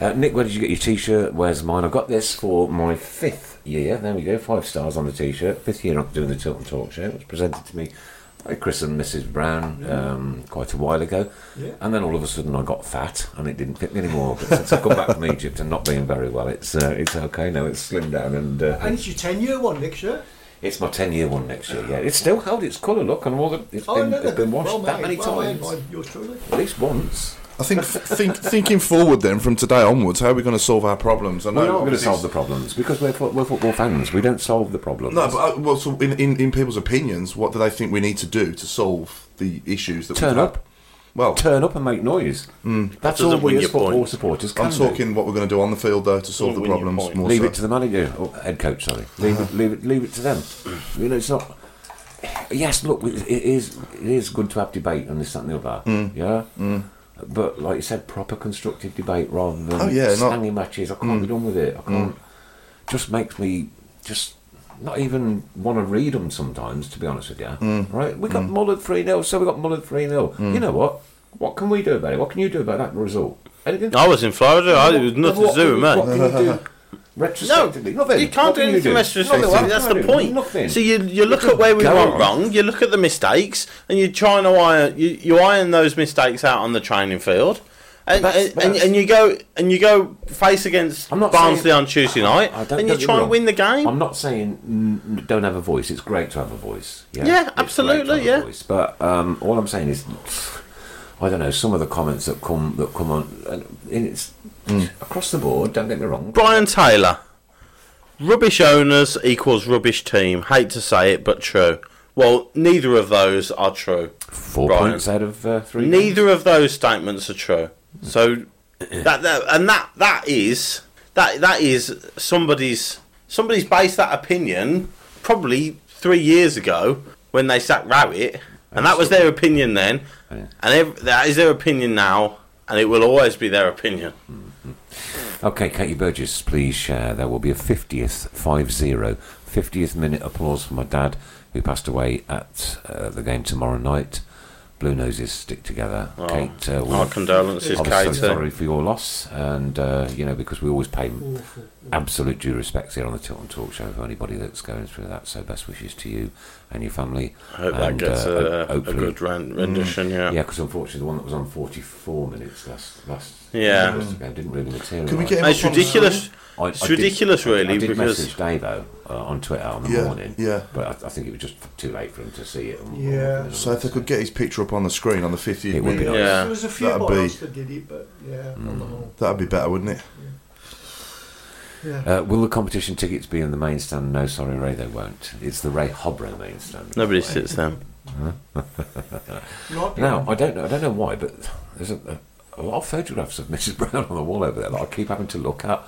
B: Uh, Nick, where did you get your T-shirt? Where's mine? I've got this for my fifth year. There we go, five stars on the T-shirt. Fifth year I'm doing the Tilton Talk Show. It was presented to me by Chris and Mrs. Brown um, quite a while ago.
D: Yeah.
B: And then all of a sudden I got fat and it didn't fit me anymore. But since I've come back from Egypt and not being very well, it's uh, it's okay now. It's slimmed down and uh,
D: And it's your 10 year one, Nick, sure.
B: it's my ten year one next year. Yeah, it's still held its colour. Look, and all the it's
D: Oh,
B: been, it's been washed
D: well
B: that
D: made,
B: many
D: well made
B: times,
D: by yours truly.
B: at least once.
C: I think, think thinking forward then from today onwards, how are we going to solve our problems? I know
B: We're not going to
C: obviously-
B: solve the problems because we're, fo- we're football fans. We don't solve the problems.
C: No, but uh, well, so in, in, in people's opinions, what do they think we need to do to solve the issues that
B: turn
C: we've
B: up,
C: Had? Well,
B: turn up and make noise. That's all
E: doesn't
B: we
E: win
B: as
E: your
B: football
E: point.
B: supporters can
C: Hmm. I'm talking what we're going to do on the field though to solve the
E: win your
C: problems.
E: point.
B: do.
C: More
B: Leave
C: so.
B: it to the manager, or head coach. Sorry, leave it, leave it, leave it to them. You know, it's not. Yes, look, it it is. It is good to have debate and this, that, and the other.
C: Mm.
B: Yeah. But like you said, proper constructive debate rather than
C: Oh, yeah, not- Mm.
B: standing matches. I can't be done with it. I can't. Just makes me just not even want to read them sometimes. To be honest with you,
C: Mm.
B: right? We got Mullered three 0 so we got Mullered three 0 You know what? What can we do about it? What can you do about that result? Anything?
E: I was in Florida. I, it was nothing
B: What
E: to do
B: can-
E: with me.
B: What can you do retrospectively? nothing.
E: you
B: What
E: can't do
B: can
E: anything
B: Nothing.
E: retrospectively.
B: What
E: That's
B: can
E: the
B: I do?
E: point.
B: Nothing.
E: So you you look at
B: could
E: where we
B: go
E: went
B: on.
E: wrong. You look at the mistakes, and you're trying to iron you, you iron those mistakes out on the training field, and
B: That's-
E: and, and,
B: that's-
E: and you go and you go face against
B: I'm not
E: Barnsley
B: saying-
E: on Tuesday night,
B: I don't- don't
E: and you
B: get me
E: try and
B: wrong.
E: win the game.
B: I'm not saying mm, n- don't have a voice. It's great to have a voice. Yeah,
E: Yeah,
B: It's great to
E: absolutely,
B: have a
E: yeah.
B: voice. But um, all I'm saying is, I don't know. Some of the comments that come that come on, and it's
E: Hmm.
B: across the board. Don't get me wrong.
E: Brian Taylor, rubbish owners equals rubbish team. Hate to say it, but true. Well, neither of those are true.
B: Four
E: Brian.
B: points out of uh, three.
E: Neither of those statements are true. So that, that and that that is that that is somebody's somebody's based that opinion probably three years ago when they sacked Rowett, and that was their opinion then,
B: Yeah.
E: and ev- that is their opinion now, and it will always be their opinion.
B: Okay, Katie Burgess, please share. There will be a 50th, 5-0, 50th minute applause for my dad, who passed away at uh, the game tomorrow night. Blue Noses stick together. Kate, uh,
E: Oh, Our
B: we're
E: condolences,
B: obviously
E: Katie.
B: sorry for your loss, and, uh, you know, because we always pay absolute due respects here on the Tilton Talk Show for anybody that's going through that, so best wishes to you and your family.
E: I hope
B: and,
E: that gets
B: uh,
E: a, a
B: hopefully- Mm.
E: good ren- rendition. Yeah.
B: Yeah, because unfortunately the one that was on 44 minutes last... last
E: Yeah.
B: didn't really materialise.
C: Can we get him
E: It's
C: up on
E: ridiculous.
B: I- I
E: it's
B: did-
E: ridiculous,
B: I-
E: really,
B: I did
E: because
B: message Davo uh, on Twitter on the
C: Yeah,
B: morning.
C: yeah.
B: but I, I think it was just too late for him to see it. and-
D: Yeah.
C: So if they could get his picture up on the screen on the 50th
B: It would be Hmm.
C: minute,
E: nice. Yeah.
D: There was a few
C: That'd be-
D: boys that did it, but yeah, on the whole.
C: that'd be better, wouldn't it?
D: Yeah.
B: Uh, will the competition tickets be in the main stand? No, sorry, Ray, they won't. It's the Ray Hobro main stand.
E: nobody sits down.
D: Not-
B: Now I don't know. I don't know why, but there's a, a lot of photographs of [laughs] Mrs. Brown on the wall over there that I keep having to look at,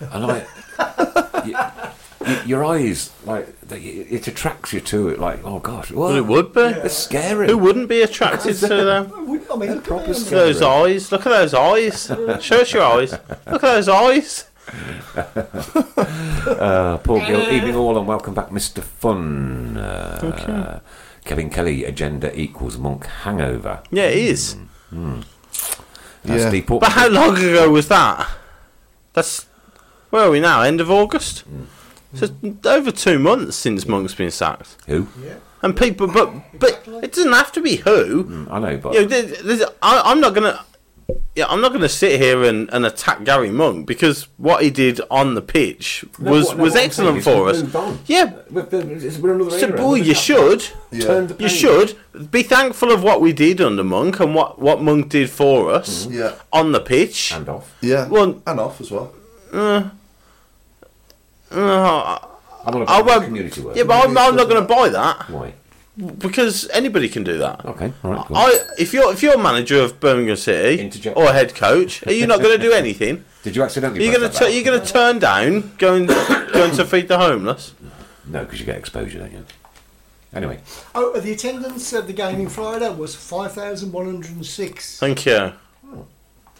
B: and I. [laughs] y- y- your eyes, like they, it attracts you to it. Like, oh gosh, what?
E: Well, it would be.
B: It's scary.
E: Who wouldn't be attracted [laughs] to them?
D: I would- I mean, look at
B: proper
D: them.
F: [laughs]
E: Look at those eyes. Look at those eyes. Show us your eyes. Look at those eyes.
B: uh, Paul Gill, evening all, and welcome back, Mr. Fun. Uh, Kevin Kelly, agenda equals monk hangover.
E: Yeah, it is.
F: Mm.
B: Uh,
C: Yeah.
B: Steve Portman,
E: But how long ago was that? That's where are we now? End of August.
F: Mm.
E: So it's over two months since Monk's been sacked,
B: who?
D: Yeah.
E: and people. But but it doesn't have to be who.
F: Mm.
B: I know, but
E: You know, there's, there's, I, I'm not gonna. Yeah, I'm not gonna sit here and, and attack Gary Monk because what he did on the pitch
F: No,
E: was
F: what- no,
E: was
F: what I'm
E: excellent
F: saying is
E: for
F: we've
E: us.
F: moved on.
E: Yeah,
F: We've been- it's- we're another
E: so
F: era.
E: boy,
F: Look
E: you
F: at that.
E: should.
F: Turn the
E: You
F: page.
E: should be thankful of what we did under Monk and what, what Monk did for us
C: Yeah.
E: on the pitch.
B: and off.
C: Yeah.
E: Well-
C: and off as well.
B: I'm on
E: I
B: about
E: won't.
B: community work.
E: Yeah, but I'm, I'm not going to buy that
B: Why?
E: because anybody can do that.
B: Okay, all right. Cool.
E: I if you're if you're a manager of Birmingham City
B: Interject.
E: or a head coach, are you not going to
B: [laughs]
E: do anything?
B: Did you accidentally?
E: You're
B: press
E: going
B: that
E: to
B: button?
E: you're going to turn down going going to feed the homeless.
B: No, because you get exposure, don't you? Anyway,
D: Oh, the attendance at the game in Florida was 5,106.
E: Thank you.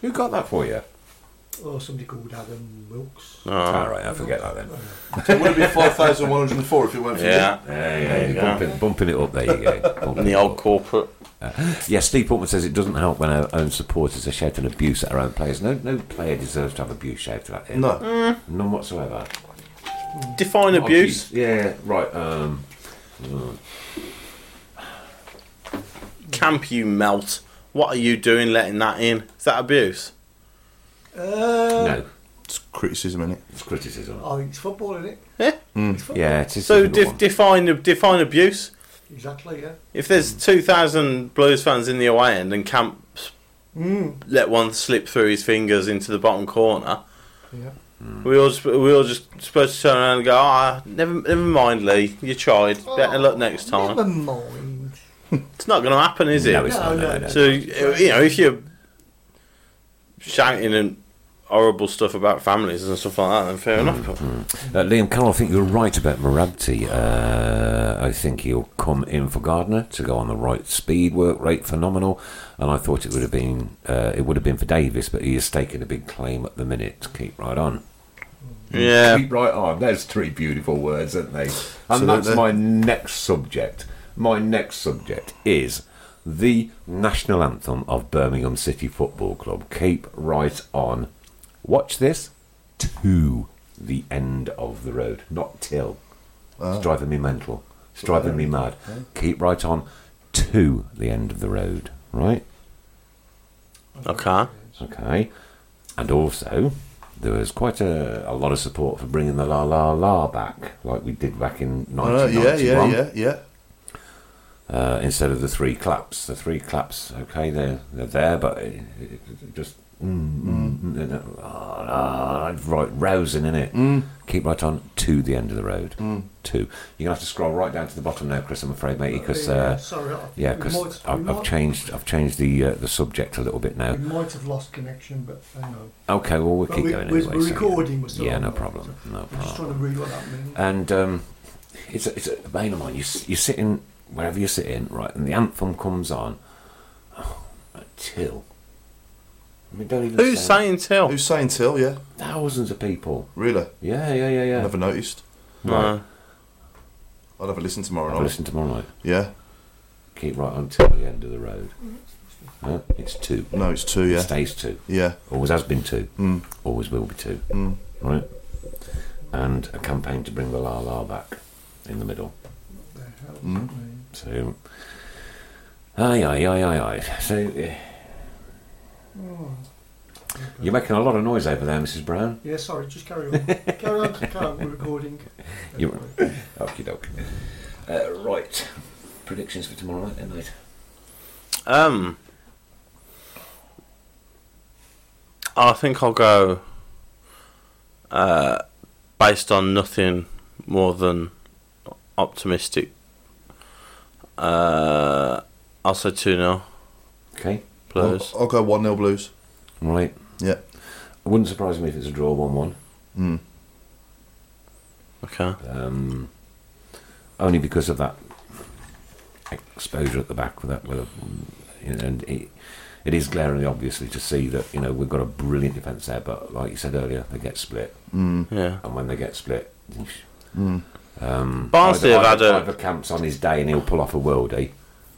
B: who got that for you?
D: Oh, somebody called Adam Wilkes.
B: All right, I forget that then.
C: It would have been 5,104 if it weren't for you.
E: Yeah,
B: Hey, hey,
E: you go.
B: bumping, bumping it up. There you go. Bumping
E: and [laughs] the
B: it
E: old
B: up.
E: corporate.
B: Yeah, Steve Portman says it doesn't help when our own supporters are shouting abuse at our own players. No, no player deserves to have abuse shouted at him.
C: No.
B: none whatsoever. Oh,
E: Define abuse.
B: Yeah, right. Um,
E: Camp you melt. What are you doing letting that in? Is that abuse?
D: Uh,
B: no,
C: It's criticism in it.
B: it's criticism.
D: I think it's Oh, football, isn't it?
E: Yeah.
B: Yeah, it is.
E: Oh, So
B: a difficult
E: def-
B: one.
E: define define abuse.
D: Exactly, yeah.
E: If there's 2,000 Blues fans in the away end and Camp let one slip through his fingers into the bottom corner,
D: Yeah.
B: Hmm.
E: we all just, we all just supposed to turn around and go, ah, never, never mind, Lee, you tried. Better luck next time.
D: Never mind.
E: It's not going to happen, is it?
B: No, it's not.
D: No,
B: No,
D: no.
B: no.
E: So you know, if you're shouting and horrible stuff about families and stuff like that, then
B: Hmm.
E: fair enough. But
B: Uh, Liam Carroll, I think you're right about Marabti. Uh, I think he'll come in for Gardner to go on the right speed, work rate phenomenal, and I thought it would have been uh, it would have been for Davis, but he is taking a big claim at the minute. Keep right on.
E: yeah,
B: Keep right on. Those three beautiful words, aren't they? And that's
C: Absolutely.
B: my next subject. My next subject is the national anthem of Birmingham City Football Club. Keep right on. Watch this to the end of the road, not till. It's driving me mental. It's driving me mad. Keep right on to the end of the road, right?
E: okay.
B: Okay. And also, there was quite a, a lot of support for bringing the La La La back, like we did back in
C: Uh, yeah,
B: 1991.
C: yeah, yeah, yeah.
B: Uh, instead of the three claps. The three claps, okay, they're, they're there, but it, it, it just. Mm, mm, mm, they're not- ah, ah, right, rousing in it.
C: Mm.
B: Keep right on to the end of the road. Two. You're gonna have to scroll right down to the bottom now, Chris. I'm afraid, matey, because
D: Yeah,
B: uh,
D: sorry, I-
B: yeah,
D: we
B: because
D: might- we
B: I've, I've
D: might-
B: changed. I've changed the uh, the subject a little bit now.
D: We might have lost connection, but I know.
B: Okay, well we'll
D: But
B: keep
D: we-
B: going
D: we're-
B: anyway.
D: we're
B: so yeah.
D: recording, we're still
B: yeah,
D: on.
B: no problem, no
D: I'm just trying to
B: problem.
D: read what that means.
B: And um, it's a, it's a bane of mine. You s- you're sitting wherever you're sitting, right, and the anthem comes on. [sighs] Oh, till. I mean, don't even.
E: Who's
B: say-
E: saying till?
C: Who's saying till? Yeah,
B: Thousands of people.
C: really.
B: Yeah, yeah, yeah, yeah.
C: Never noticed.
E: No.
C: I'll have a listen tomorrow
B: I'll
C: night.
B: listen tomorrow night.
C: Yeah.
B: Keep right on till the end of the road.
D: Mm-hmm.
B: Huh? It's two.
C: No, it's two. Yeah.
B: Stays two.
C: Yeah.
B: Always has been two.
C: Mm.
B: Always will be two.
C: Mm.
B: Right. And a campaign to bring the la la back in the middle. mm. So, aye, aye, aye, aye, aye. So, eh, you're making a lot of noise over there, Mrs. Brown.
D: Yeah, sorry, just carry
B: [laughs]
D: on. carry on, carry on, we're recording.
B: You're Okie doke. Uh, right. Predictions for tomorrow night, then, mate.
E: Um, I think I'll go. Uh, based on nothing more than optimistic. Uh, I'll say two 0
B: Okay.
C: I'll,
E: Blues.
C: I'll go one 0 Blues.
B: Right.
C: Yeah.
B: It wouldn't surprise me if it's a draw 1 1.
C: Mm.
E: Okay.
B: Um, only because of that exposure at the back with that, with a, you know, and it, it is glaringly obviously to see that you know we've got a brilliant defence there, but like you said earlier, they get split,
E: Yeah.
B: and when they get split,
E: Barnsley
B: um, either,
E: have had
B: either-
E: a
B: either camps on his day and he'll pull off a worldie,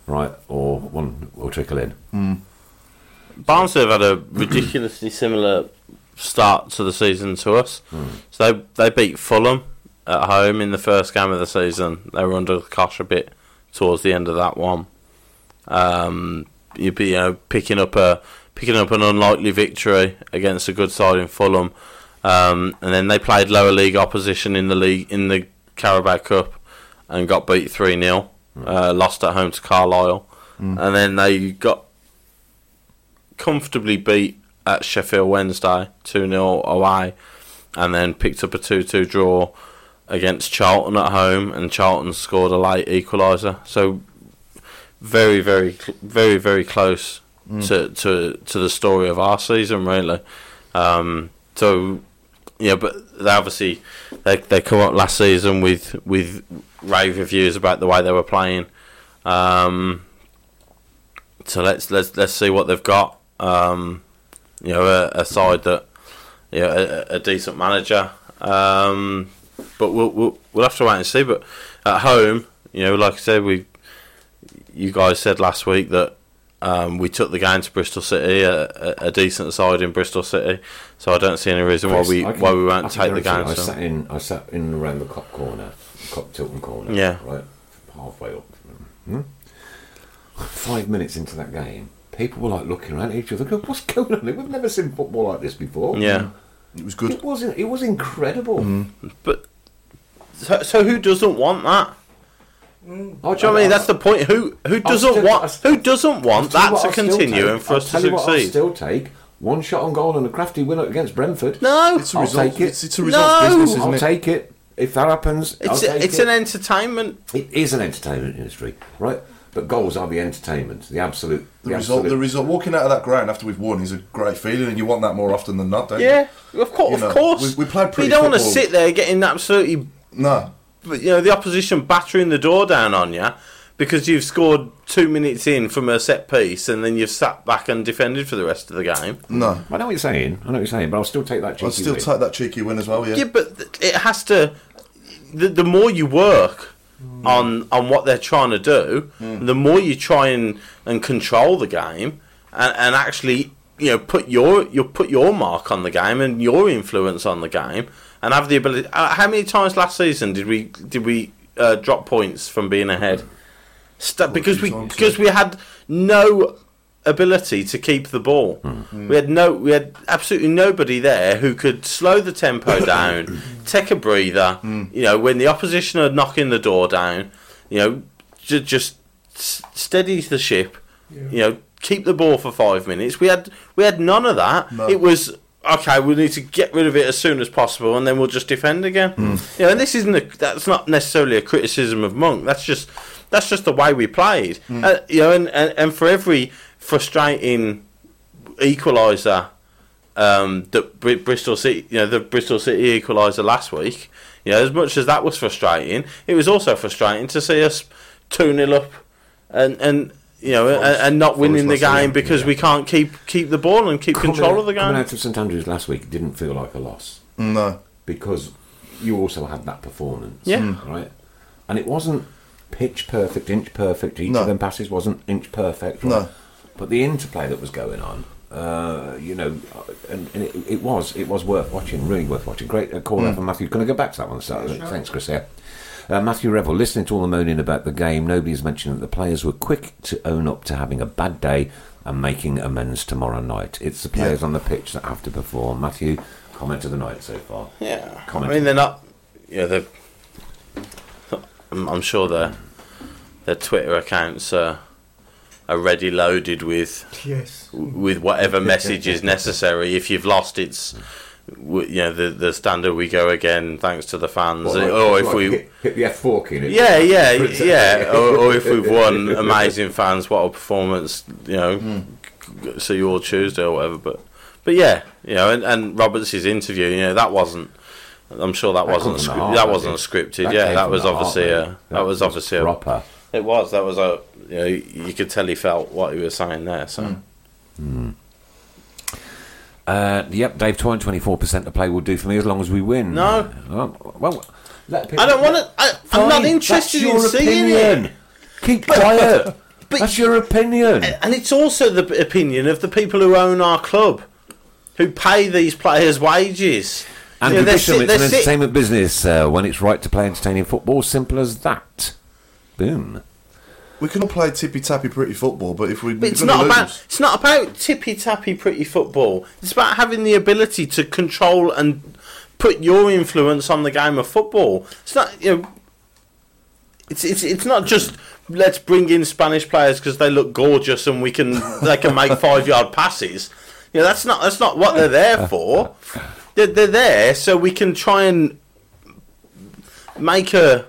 B: right, or one will trickle in.
E: Barnsley have had a ridiculously similar start to the season to us. So they they beat Fulham at home in the first game of the season. They were under the cosh a bit towards the end of that one. Um, you'd be you know picking up a picking up an unlikely victory against a good side in Fulham, um, and then they played lower league opposition in the league in the Carabao Cup and got beat three 0 uh, lost at home to Carlisle, and then they got comfortably beat at Sheffield Wednesday 2 0 away and then picked up a 2 2 draw against Charlton at home and Charlton scored a late equaliser. So very, very, cl- very, very close to, to, to the story of our season, really. Um, so, yeah, but they obviously they, they come up last season with, with rave reviews about the way they were playing. Um, so let's let's let's see what they've got. Um, you know, a, a side that you know, a, a decent manager. Um, but we'll, we'll we'll have to wait and see. But at home, you know, like I said, we you guys said last week that um, we took the game to Bristol City, a, a, a decent side in Bristol City. So I don't see any reason why we
B: I can-
E: why we
B: I
E: won't
B: can
E: take the
B: guarantee it. I
E: game. to them.
B: sat in, I sat in around the cop corner, cop Tilton corner.
E: Yeah.
B: right, halfway up. Hmm? Five minutes into that game, people were like looking around at each other, going, "What's going on? here? We've never seen football like this before."
E: Yeah, Mm-hmm.
C: It
B: [laughs]
C: was good.
B: It was it was incredible.
E: but so, so who doesn't want that?
B: I,
E: Do you know what I mean? That's the point. Who who
B: I'll
E: doesn't
B: still- I'll
E: want
B: still-
E: who doesn't
B: I'll
E: want
B: tell you
E: that
B: what
E: to
B: I'll still
E: continue
B: take.
E: and for us to
B: I'll tell you what I'll
E: succeed?
B: still take one shot on goal and a crafty winner against Brentford.
E: No,
C: It's a
B: I'll
C: result.
B: take it.
C: It's, it's a result
E: No!
C: business, isn't
B: I'll
C: it?
B: take it if that happens. I'll
E: it's
B: take
E: it's
B: it.
E: an entertainment.
B: It is an entertainment industry, right? But goals are the entertainment, the absolute.
C: the result, the
B: absolute-
C: result, walking out of that ground after we've won is a great feeling, and you want that more often than not, don't
E: Yeah,
C: you?
E: of course,
C: You know,
E: of course.
C: we- we played
E: But
C: pretty
E: you don't want to
C: football.
E: sit there getting absolutely,
C: No,
E: you know, the opposition battering the door down on you because you've scored two minutes in from a set piece and then you've sat back and defended for the rest of the game.
C: no.
B: I know what you're saying. I know what you're saying, but I'll still take that. Cheeky
C: I'd still
B: win.
C: take that cheeky win as well. Yeah.
E: Yeah, but th- it has to. The, the more you work on on what they're trying to do, the more you try and, and control the game, and, and actually you know put your you put your mark on the game and your influence on the game, and have the ability. Uh, how many times last season did we did we uh, drop points from being ahead? St- because we
C: times,
E: because we had no ability to keep the ball. We had no we had absolutely nobody there who could slow the tempo down, take a breather. You know, when the opposition are knocking the door down, you know, ju- just s- steady the ship. You know, keep the ball for five minutes. We had we had none of that.
C: No.
E: It was okay. We need to get rid of it as soon as possible, and then we'll just defend again. You know, and this isn't a, that's not necessarily a criticism of Monk. That's just that's just the way we played. Uh, you know, and, and, and for every frustrating equaliser um, that Br- Bristol City, you know, the Bristol City equaliser last week. You know, as much as that was frustrating, it was also frustrating to see us two 0 up and and you know and, and not winning the
C: Forest lost the
E: game
C: game,
E: because we can't keep keep the ball and keep
B: Coming-
E: control of the
B: Coming
E: game.
B: out of St Andrews last week didn't feel like a loss
C: No.
B: because you also had that performance.
E: Yeah. Mm.
B: Right. And it wasn't pitch perfect, inch perfect. Each
C: No.
B: of them passes wasn't inch perfect.
C: No.
B: But the interplay that was going on, uh, you know, and, and it, it was it was worth watching, really worth watching. Great uh, call
C: Mm.
B: out from Matthew. Can I go back to that one? at the start? Thanks, Chris. Yeah. Uh, Matthew Revel, listening to all the moaning about the game, nobody's mentioned that the players were quick to own up to having a bad day and making amends tomorrow night. It's the players on the pitch that have to perform. Matthew, comment of the night so far.
E: Yeah,
B: Comment.
E: I mean they're not. Yeah, they're. I'm, I'm sure their their Twitter accounts are are ready loaded with
D: Yes.
E: with
B: [laughs]
E: whatever message is necessary. If you've lost, it's w- you know the the standard we go again. Thanks to the fans,
B: Well, like-
E: or
B: it's
E: Oh, if
B: like
E: we
B: hit, hit the F four key. and it-
E: yeah, yeah, yeah. or, or if
B: [laughs]
E: we've won, amazing fans, what a performance! You know,
B: Hmm.
E: g- g- see you all Tuesday or whatever. But, but yeah, you know, and, and Roberts' interview, you know, that wasn't. I'm sure that,
B: That
E: wasn't
B: comes
E: scri-
B: from the heart,
E: that
B: that
E: wasn't
B: did.
E: scripted.
B: That
E: yeah,
B: came
E: that
B: from
E: was
B: the heart,
E: obviously
B: mate.
E: a that, was, obviously a
B: proper. Hmm.
E: It was that was a you know you could tell he felt what he was saying there. So
B: Uh, yep, Dave Twine, 24% to play will do for me as long as we win.
E: No.
B: Well, well let people-
E: I don't want to. I'm not
B: Fine,
E: interested
B: that's
E: in
B: your
E: seeing
B: opinion.
E: it.
B: Keep
E: But-
B: quiet.
E: but- Uh,
B: that's your opinion.
E: And it's also the p- opinion of the people who own our club, who pay these players wages.
B: and
E: You know, they're
B: tradition,
E: sit-
B: it's
E: they're
B: an
E: sit-
B: entertainment business uh, when it's right to play entertaining football. Simple as that. Boom.
C: We can all play tippy tappy pretty football, but if we
E: But it's
C: we're gonna
E: not
C: lose,
E: about it's not about tippy tappy pretty football. It's about having the ability to control and put your influence on the game of football. It's not you know, it's it's it's not just let's bring in Spanish players because they look gorgeous and we can they can make five yard passes. You know, that's not that's not what they're there for. They're, they're there so we can try and make a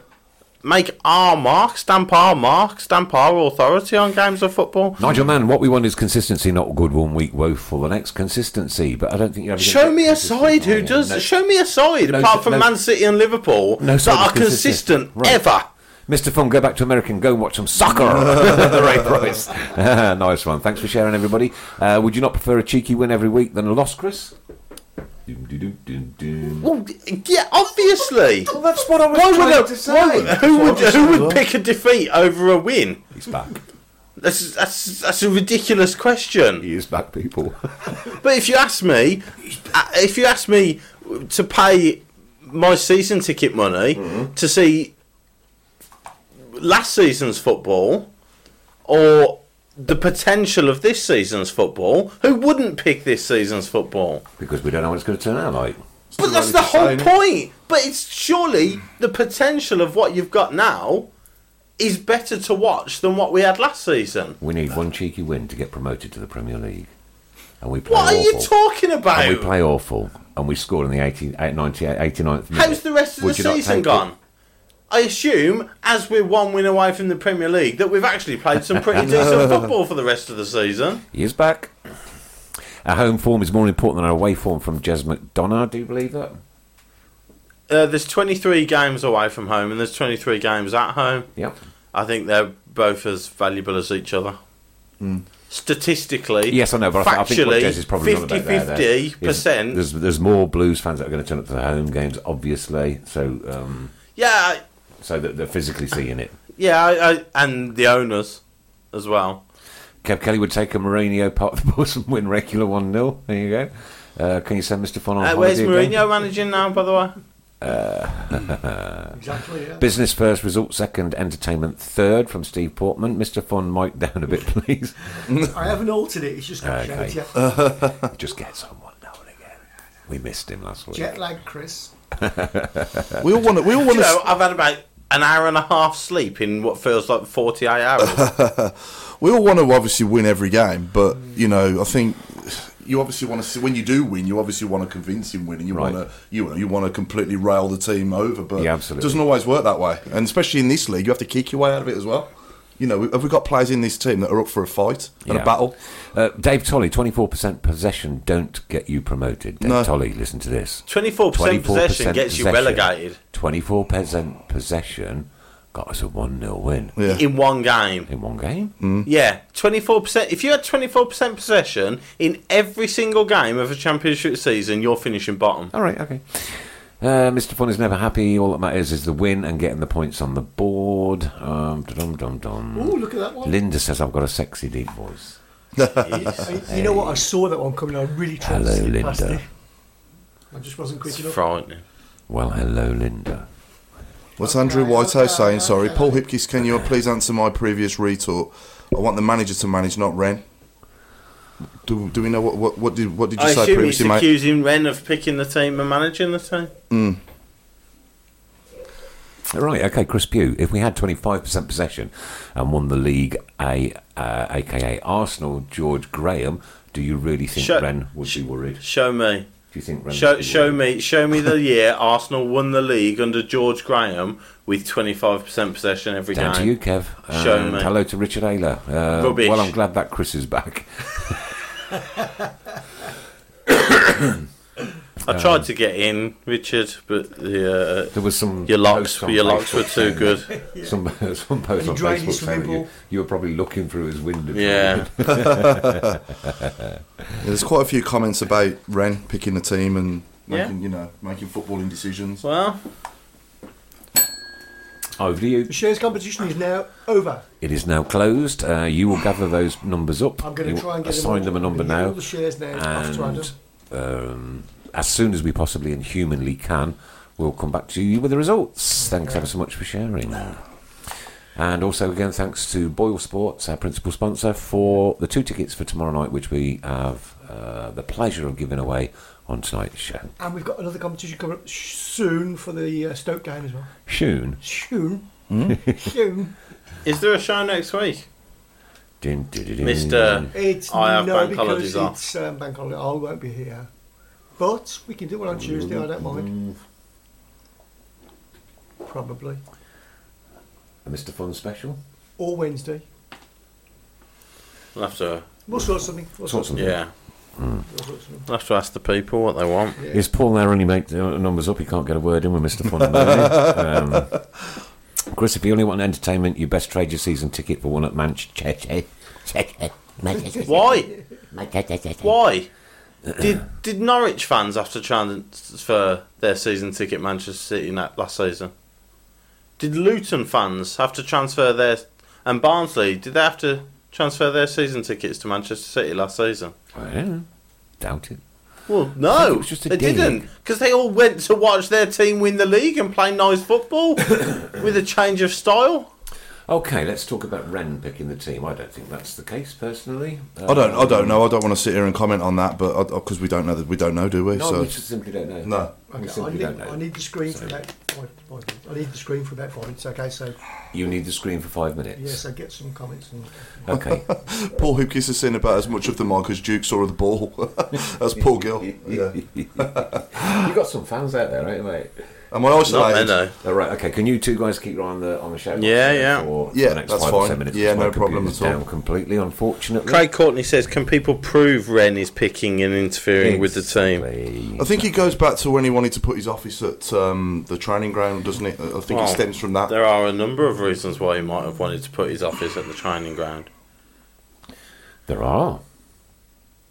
E: make our mark, stamp our mark, stamp our authority on games of football.
B: Nigel Mann, what we want is consistency, not good one week woeful the next. Consistency, but I don't think you ever gonna
E: Show
B: get
E: me a
B: consistency.
E: side who
B: Yeah,
E: does.
B: oh, no.
E: Show me a side
B: No,
E: apart from
B: no-
E: Man City and Liverpool
B: No
E: that
B: side
E: are
B: is consistent.
E: consistent,
B: Right.
E: ever.
B: Mr. Fun, go back to America and go and watch some
E: [laughs]
B: soccer. [laughs] Ray Price. [laughs] nice one. Thanks for sharing, everybody. Uh, would you not prefer a cheeky win every week than a loss, Chris? Well,
E: Well, yeah, obviously.
B: that's what I was
E: Why would
B: trying
E: a-
B: to say.
E: why would- who would
C: That's what I
E: who
C: was
E: would
C: saying.
E: pick a defeat over a win?
B: He's back.
E: That's that's that's a ridiculous question.
B: He is back, people. [laughs]
E: But if you ask me, uh, if you ask me to pay my season ticket money to see last season's football or the potential of this season's football, who wouldn't pick this season's football?
B: because we don't know what it's going to turn out like.
C: it's
E: But
C: too
E: that's
C: early
E: the
C: to
E: whole
C: say, innit?
E: point. But it's surely the potential of what you've got now is better to watch than what we had last season.
B: We need one cheeky win to get promoted to the Premier League. And we play
E: What are
B: awful.
E: you talking about?
B: And we play awful. And we score in the 80, 98, 89th minute.
E: How's the rest of
B: Would
E: the
B: you not take
E: season
B: it?
E: gone? I assume, as we're one win away from the Premier League, that we've actually played
B: [laughs]
E: some pretty decent football for the rest of the season.
B: He is back. Our home form is more important than our away form from Jez McDonough, do you believe that?
E: Uh, there's 23 games away from home, and there's 23 games at home.
B: Yep.
E: I think they're both as valuable as each other. Statistically,
B: Hmm. Yes, I know, but I, th- I think what
E: factually,
B: Jez is probably
E: 50
B: on about there, there, is
E: 50%.
B: There's, there's more Blues fans that are going to turn up to the home games, obviously, so um,
E: yeah, I-
B: so that they're physically seeing it.
E: yeah, I, I, and the owners as well.
B: Kev Kelly would take a Mourinho [laughs] part of the bus and win regular 1 0. There you go. Uh, can you send Mr. Fon on
E: Uh,
B: holiday
E: where's
B: again?
E: Mourinho managing now, by the way?
D: Exactly. Yeah.
B: Business first, result second, entertainment third from Steve Portman. Mr. Fon, mic down a bit, [laughs] please.
D: I haven't altered it. It's just got
B: Okay.
D: shouty.
B: Just get someone now and again. We missed him last week.
D: Jet lag, Chris.
C: We all want to. We all want
E: You know,
C: to.
E: I've had about an hour and a half sleep in what feels like
B: [laughs]
E: 48 hours.
C: We all want to obviously win every game, but you know, I think you obviously want to. See, when you do win, you obviously want to convince him winning. You
B: Right.
C: want to. You know, you want to completely rail the team over, but
B: Yeah, absolutely.
C: it doesn't always work that way. And especially in this league, you have to kick your way out of it as well. You know, have we got players in this team that are up for a fight and
B: Yeah.
C: a battle?
B: Uh, Dave Tolley, 24% possession don't get you promoted. Dave
C: No.
B: Tolley, listen to this.
E: 24%, possession gets you relegated
B: 24% possession got us a 1 0 win
C: Yeah. Mm.
E: in one game.
B: in one game.
E: Yeah, 24%. If you had 24% possession in every single game of a championship season, you're finishing bottom.
B: All right, okay. Uh, Mr. Fun is never happy. All that matters is the win and getting the points on the board. Um, dum dum
D: Ooh,
B: dum.
D: look at that one.
B: Linda says I've got a sexy deep voice.
D: I- You know what? I saw that one coming. I really tried
B: Hello,
D: to slip past
B: Linda.
D: it. I just wasn't quick
E: It's
D: enough.
E: frightening.
B: Well, hello, Linda.
C: What's Andrew
D: Okay,
C: Whitehouse
D: okay,
C: saying? Sorry,
D: okay.
C: Paul Hipkiss, can you please answer my previous retort? I want the manager to manage, not Ren. Do, do we know what, what what did what did you
E: I
C: say
E: assume he's
C: previously, mate?
E: accusing Ren of picking the team and managing the team.
B: Right, okay, Chris Pugh. If we had 25% possession and won the league, a, uh, aka Arsenal, George Graham, do you really think
E: Show-
B: Ren would be worried? Do
E: Show me.
B: you think Ren would
E: Show,
B: be
E: show
B: worried?
E: me show
B: [laughs]
E: me the year Arsenal won the league under George Graham with 25% possession every
B: Down
E: game.
B: to you, Kev.
E: Show
B: And
E: me.
B: Hello to Richard Ayler. Uh,
E: Rubbish.
B: Well, I'm glad that Chris is back.
E: I tried to get in, Richard, but the uh,
B: [laughs] There was some
E: your locks
B: post on
E: your locks
B: Facebook
E: were too
B: saying
E: good.
B: that- Some [laughs] some post
D: he
B: on
D: drained
B: Facebook
D: his
B: saying that you,
D: dribble.
B: you were probably looking through his window. [laughs]
E: Yeah, [laughs]
C: Yeah, there's quite a few comments about Ren picking the team and
E: Yeah.
C: making you know making footballing decisions.
E: well,
B: Over to you.
D: The shares competition is now over.
B: It is now closed. Uh, you will gather those numbers up.
D: I'm going
B: You
D: to try and get
B: assign
D: them,
B: them a
D: all-
B: number
D: get
B: now.
D: All the shares now after Adam.
B: and um, as soon as we possibly and humanly can, we'll come back to you with the results. Thanks ever so much for sharing. And also, again, thanks to Boyle Sports, our principal sponsor, for the two tickets for tomorrow night, which we have uh, the pleasure of giving away on tonight's show.
D: And we've got another competition coming up sh- soon for the uh, Stoke game as well.
B: Shoon.
D: Soon.
B: Hmm?
D: soon.
E: is there a show next week?
B: Din, din, din, din.
E: Mister
D: It's
E: I have
D: no
E: bank
D: because
E: holidays off.
D: it's um, bank holiday. I won't be here. But we can do one on
B: Mm-hmm.
D: Tuesday, I don't mind. Probably.
B: A Mr. Fun special.
D: Or Wednesday.
E: I'll have to
D: We'll sort something. We'll
B: Sort
D: sort
B: something.
E: yeah,
D: something. We'll sort something.
E: I'll have to ask the people what they want.
B: Is Paul there only make the numbers up? He can't get a word in with Mr. Fun. um,
C: [laughs]
B: Chris, if you only want entertainment, you best trade your season ticket for one at [laughs] Manchester. [laughs]
E: Why? Why did did Norwich fans have to transfer their season ticket Manchester City na- last season? Did Luton fans have to transfer their and Barnsley did they have to transfer their season tickets to Manchester City last season?
C: Oh,
B: I don't know. Doubt it.
E: Well,
B: I think
E: no,
B: it was just a
E: they
B: gimmick.
E: didn't because they all went to watch their team win the league and play nice
B: [coughs]
E: football with a change of style.
B: Okay, let's talk about Ren picking the team. I don't think that's the case, personally. Um,
C: I don't I don't know. I don't want to sit here and comment on that, but because we don't know that we don't know, do we?
B: No,
C: so
B: we just simply don't know.
C: No.
B: we
D: Okay, I
B: simply
D: need,
B: don't know.
D: I need the screen
B: So-
D: for about five, five minutes. I need the screen for about five minutes. Okay, so
B: You need the screen for five minutes.
D: yes, I get some comments. And,
C: [laughs]
B: Okay.
C: Paul Hoopkiss has seen about as much of the mark as Duke saw of the ball. [laughs] That's Paul Gill.
B: [laughs]
C: Yeah.
B: you got some fans out there, ain't mate?
C: Am I
E: Not
C: isolated?
E: then, though.
B: All Oh, right. Okay. Can you two guys keep your eye on the on the show?
E: Yeah, yeah.
B: For
C: Yeah,
B: the next
C: that's
B: five or
C: fine.
B: ten minutes.
C: Yeah,
B: 'cause my
C: no problem
B: computer's
C: at all.
B: Down completely, unfortunately.
E: Craig Courtney says, "Can people prove Wren is picking and interfering with the team?"
B: Exactly.
C: I think it goes back to when he wanted to put his office at um, the training ground, doesn't it? I think it
E: Well,
C: stems from that.
E: Oh, There are a number of reasons why he might have wanted to put his office at the training ground.
B: There are.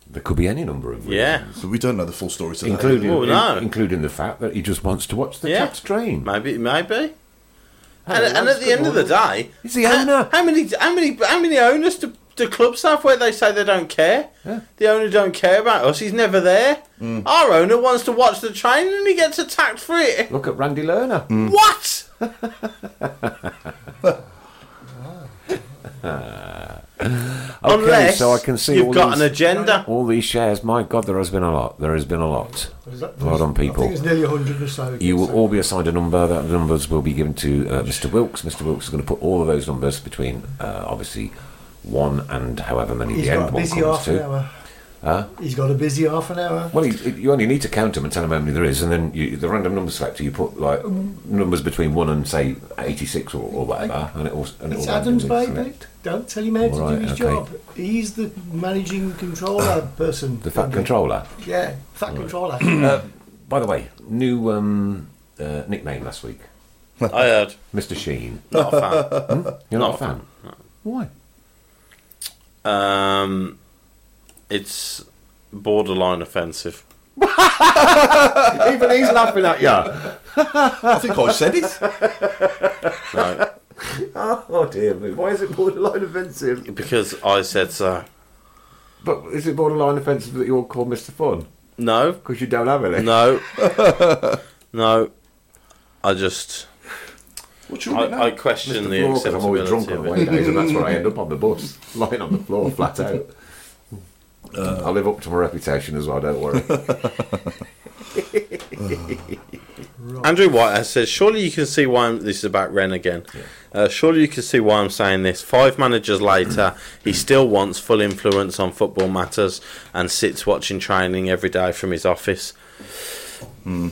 B: There could be any number of
E: Yeah.
B: reasons,
C: But we don't know the full story today.
B: including
E: Well, no.
B: in- including the fact that he just wants to watch the
E: Yeah.
B: chaps train.
E: Maybe, maybe. And,
B: Hello,
E: and
B: lads,
E: at the
B: good
E: end of the
B: morning.
E: day,
B: He's the
E: how-
B: owner.
E: How, many, how many, how many owners do, do clubs have where they say they don't care?
B: Yeah. Mm.
E: The owner don't care about us. He's never there. Our owner wants to watch the training and he gets attacked for it.
B: Look at Randy Lerner.
C: Mm.
E: What?
B: [laughs]
E: [laughs]
B: Okay,
E: Unless
B: so I can see
E: you've
B: all
E: got
B: these,
E: an agenda.
B: [laughs] All these shares. My God, there has been a lot. There has been a lot. Well done,
D: I think
B: people.
D: it's nearly 100 or so.
B: You will all be assigned a number. That numbers will be given to uh, Mr. Wilkes. Mr. Wilkes is going to put all of those numbers between, uh, obviously, one and however many
D: He's
B: the
D: got
B: end
D: a
B: one
D: busy
B: comes
D: half an
B: to.
D: hour. He's got a busy half an hour.
B: Well, you, you only need to count them and tell them how many there is, and then you, the random number selector you put like numbers between one and say eighty-six or, or whatever, and it will. And it
D: It's
B: will
D: Adam's
B: randomly
D: baby.
B: select.
D: Don't tell him how to
B: All
D: do
B: right,
D: his
B: okay.
D: job. He's the managing
B: [coughs]
D: controller person.
B: The fat controller.
D: Yeah, fat
B: [coughs]
D: controller.
B: Uh, By the way, new um, uh, nickname last week,
E: I heard.
B: Mr. Sheen.
E: Not a fan.
B: You're not,
E: Not
B: a fan. Why?
E: Um, it's
B: [laughs]
E: borderline offensive.
B: Even he's laughing at [laughs] you.
C: I think I said it.
E: No,
B: [laughs] Oh dear me! Why is it borderline offensive?
E: because I said so.
B: But is it borderline offensive that you're called Mr. Fun?
E: No,
B: Because you don't have any.
E: no, no. I just
C: What's your nickname?
E: I, I question the
B: Because I'm always drunk
E: acceptability
B: on
E: of
B: away
E: it.
B: days, and that's where I end up on the
E: [laughs]
B: bus, lying on the floor, flat out.
E: Uh,
B: I live up to my reputation as well. Don't worry.
E: Andrew White says, "Surely you can see why I'm, this is about Ren again. Uh, surely you can see why I'm saying this. Five managers later, he still wants full influence on football matters and sits watching training every day from his office.
B: Hmm.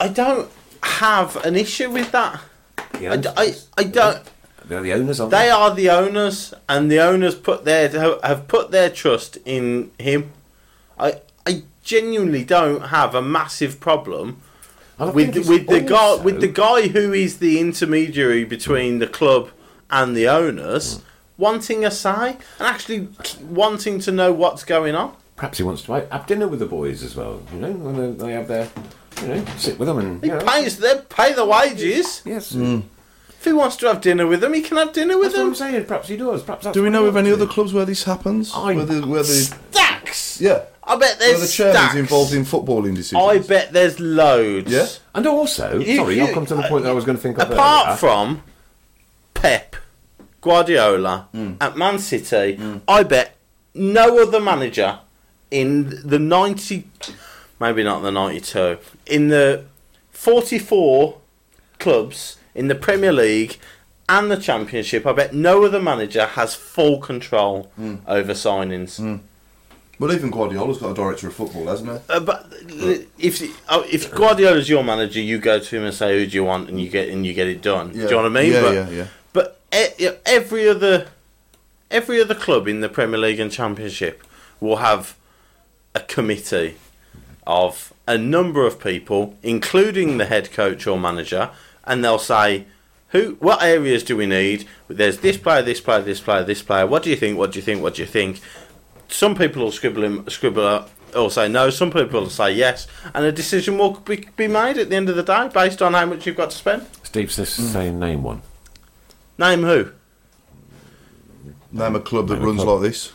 E: I don't have an issue with that.
B: The
E: [laughs] I,
B: owners-
E: I, I don't."
B: They're the owners, aren't
E: They are the owners, and the owners put their have put their trust in him. I I genuinely don't have a massive problem
B: And I
E: with
B: think it's
E: with the guy
B: also-
E: with the guy who is the intermediary between the club and the owners
C: Hmm.
E: wanting a say and actually wanting to know what's going on.
B: Perhaps he wants to have have dinner with the boys as well. You know, when they they have their, you know, sit with them and
E: He
B: you know,
E: pays they pay the wages.
B: Yes,
E: If he wants to have dinner with them, he can have dinner with
B: that's what I'm
E: them.
B: saying. Perhaps he does. Perhaps that's
C: Do we
B: what
C: know
B: he
C: of any
B: wants
C: other
B: to
C: clubs where this happens?
B: I-
C: where the, where the,
E: Stacks.
C: yeah,
E: I
C: where
E: bet there's
C: the chairman's
E: stacks.
C: involved in footballing decisions.
E: I bet there's loads.
C: Yeah.
B: do. And also,
E: You-
B: sorry, I'll
E: you-
B: come to the point that I was going to think of.
E: Apart
B: earlier.
E: from Pep, Guardiola at Man City, I bet no other manager in the 90, maybe not the 92, in the 44 clubs in the Premier League and the Championship, I bet no other manager has full control over signings.
C: Well, even Guardiola's got a director of football, hasn't he?
E: Uh, but if uh, if Guardiola's your manager, you go to him and say, "Who do you want?" and you get and you get it done.
C: Yeah.
E: Do you know what I mean?
C: Yeah,
E: but,
C: yeah, yeah.
E: But e- yeah, every other every other club in the Premier League and Championship will have a committee of a number of people, including the head coach or manager, and they'll say. Who? What areas do we need? There's this player, this player, this player, this player. What do you think? What do you think? What do you think? some people will scribble him, scribble up or say no. Some people will say yes, and a decision will be, be made at the end of the day based on how much you've got to spend.
B: Steve's just saying name one.
E: Name who?
C: Name a club that
B: Name a
C: runs
B: club.
C: like this.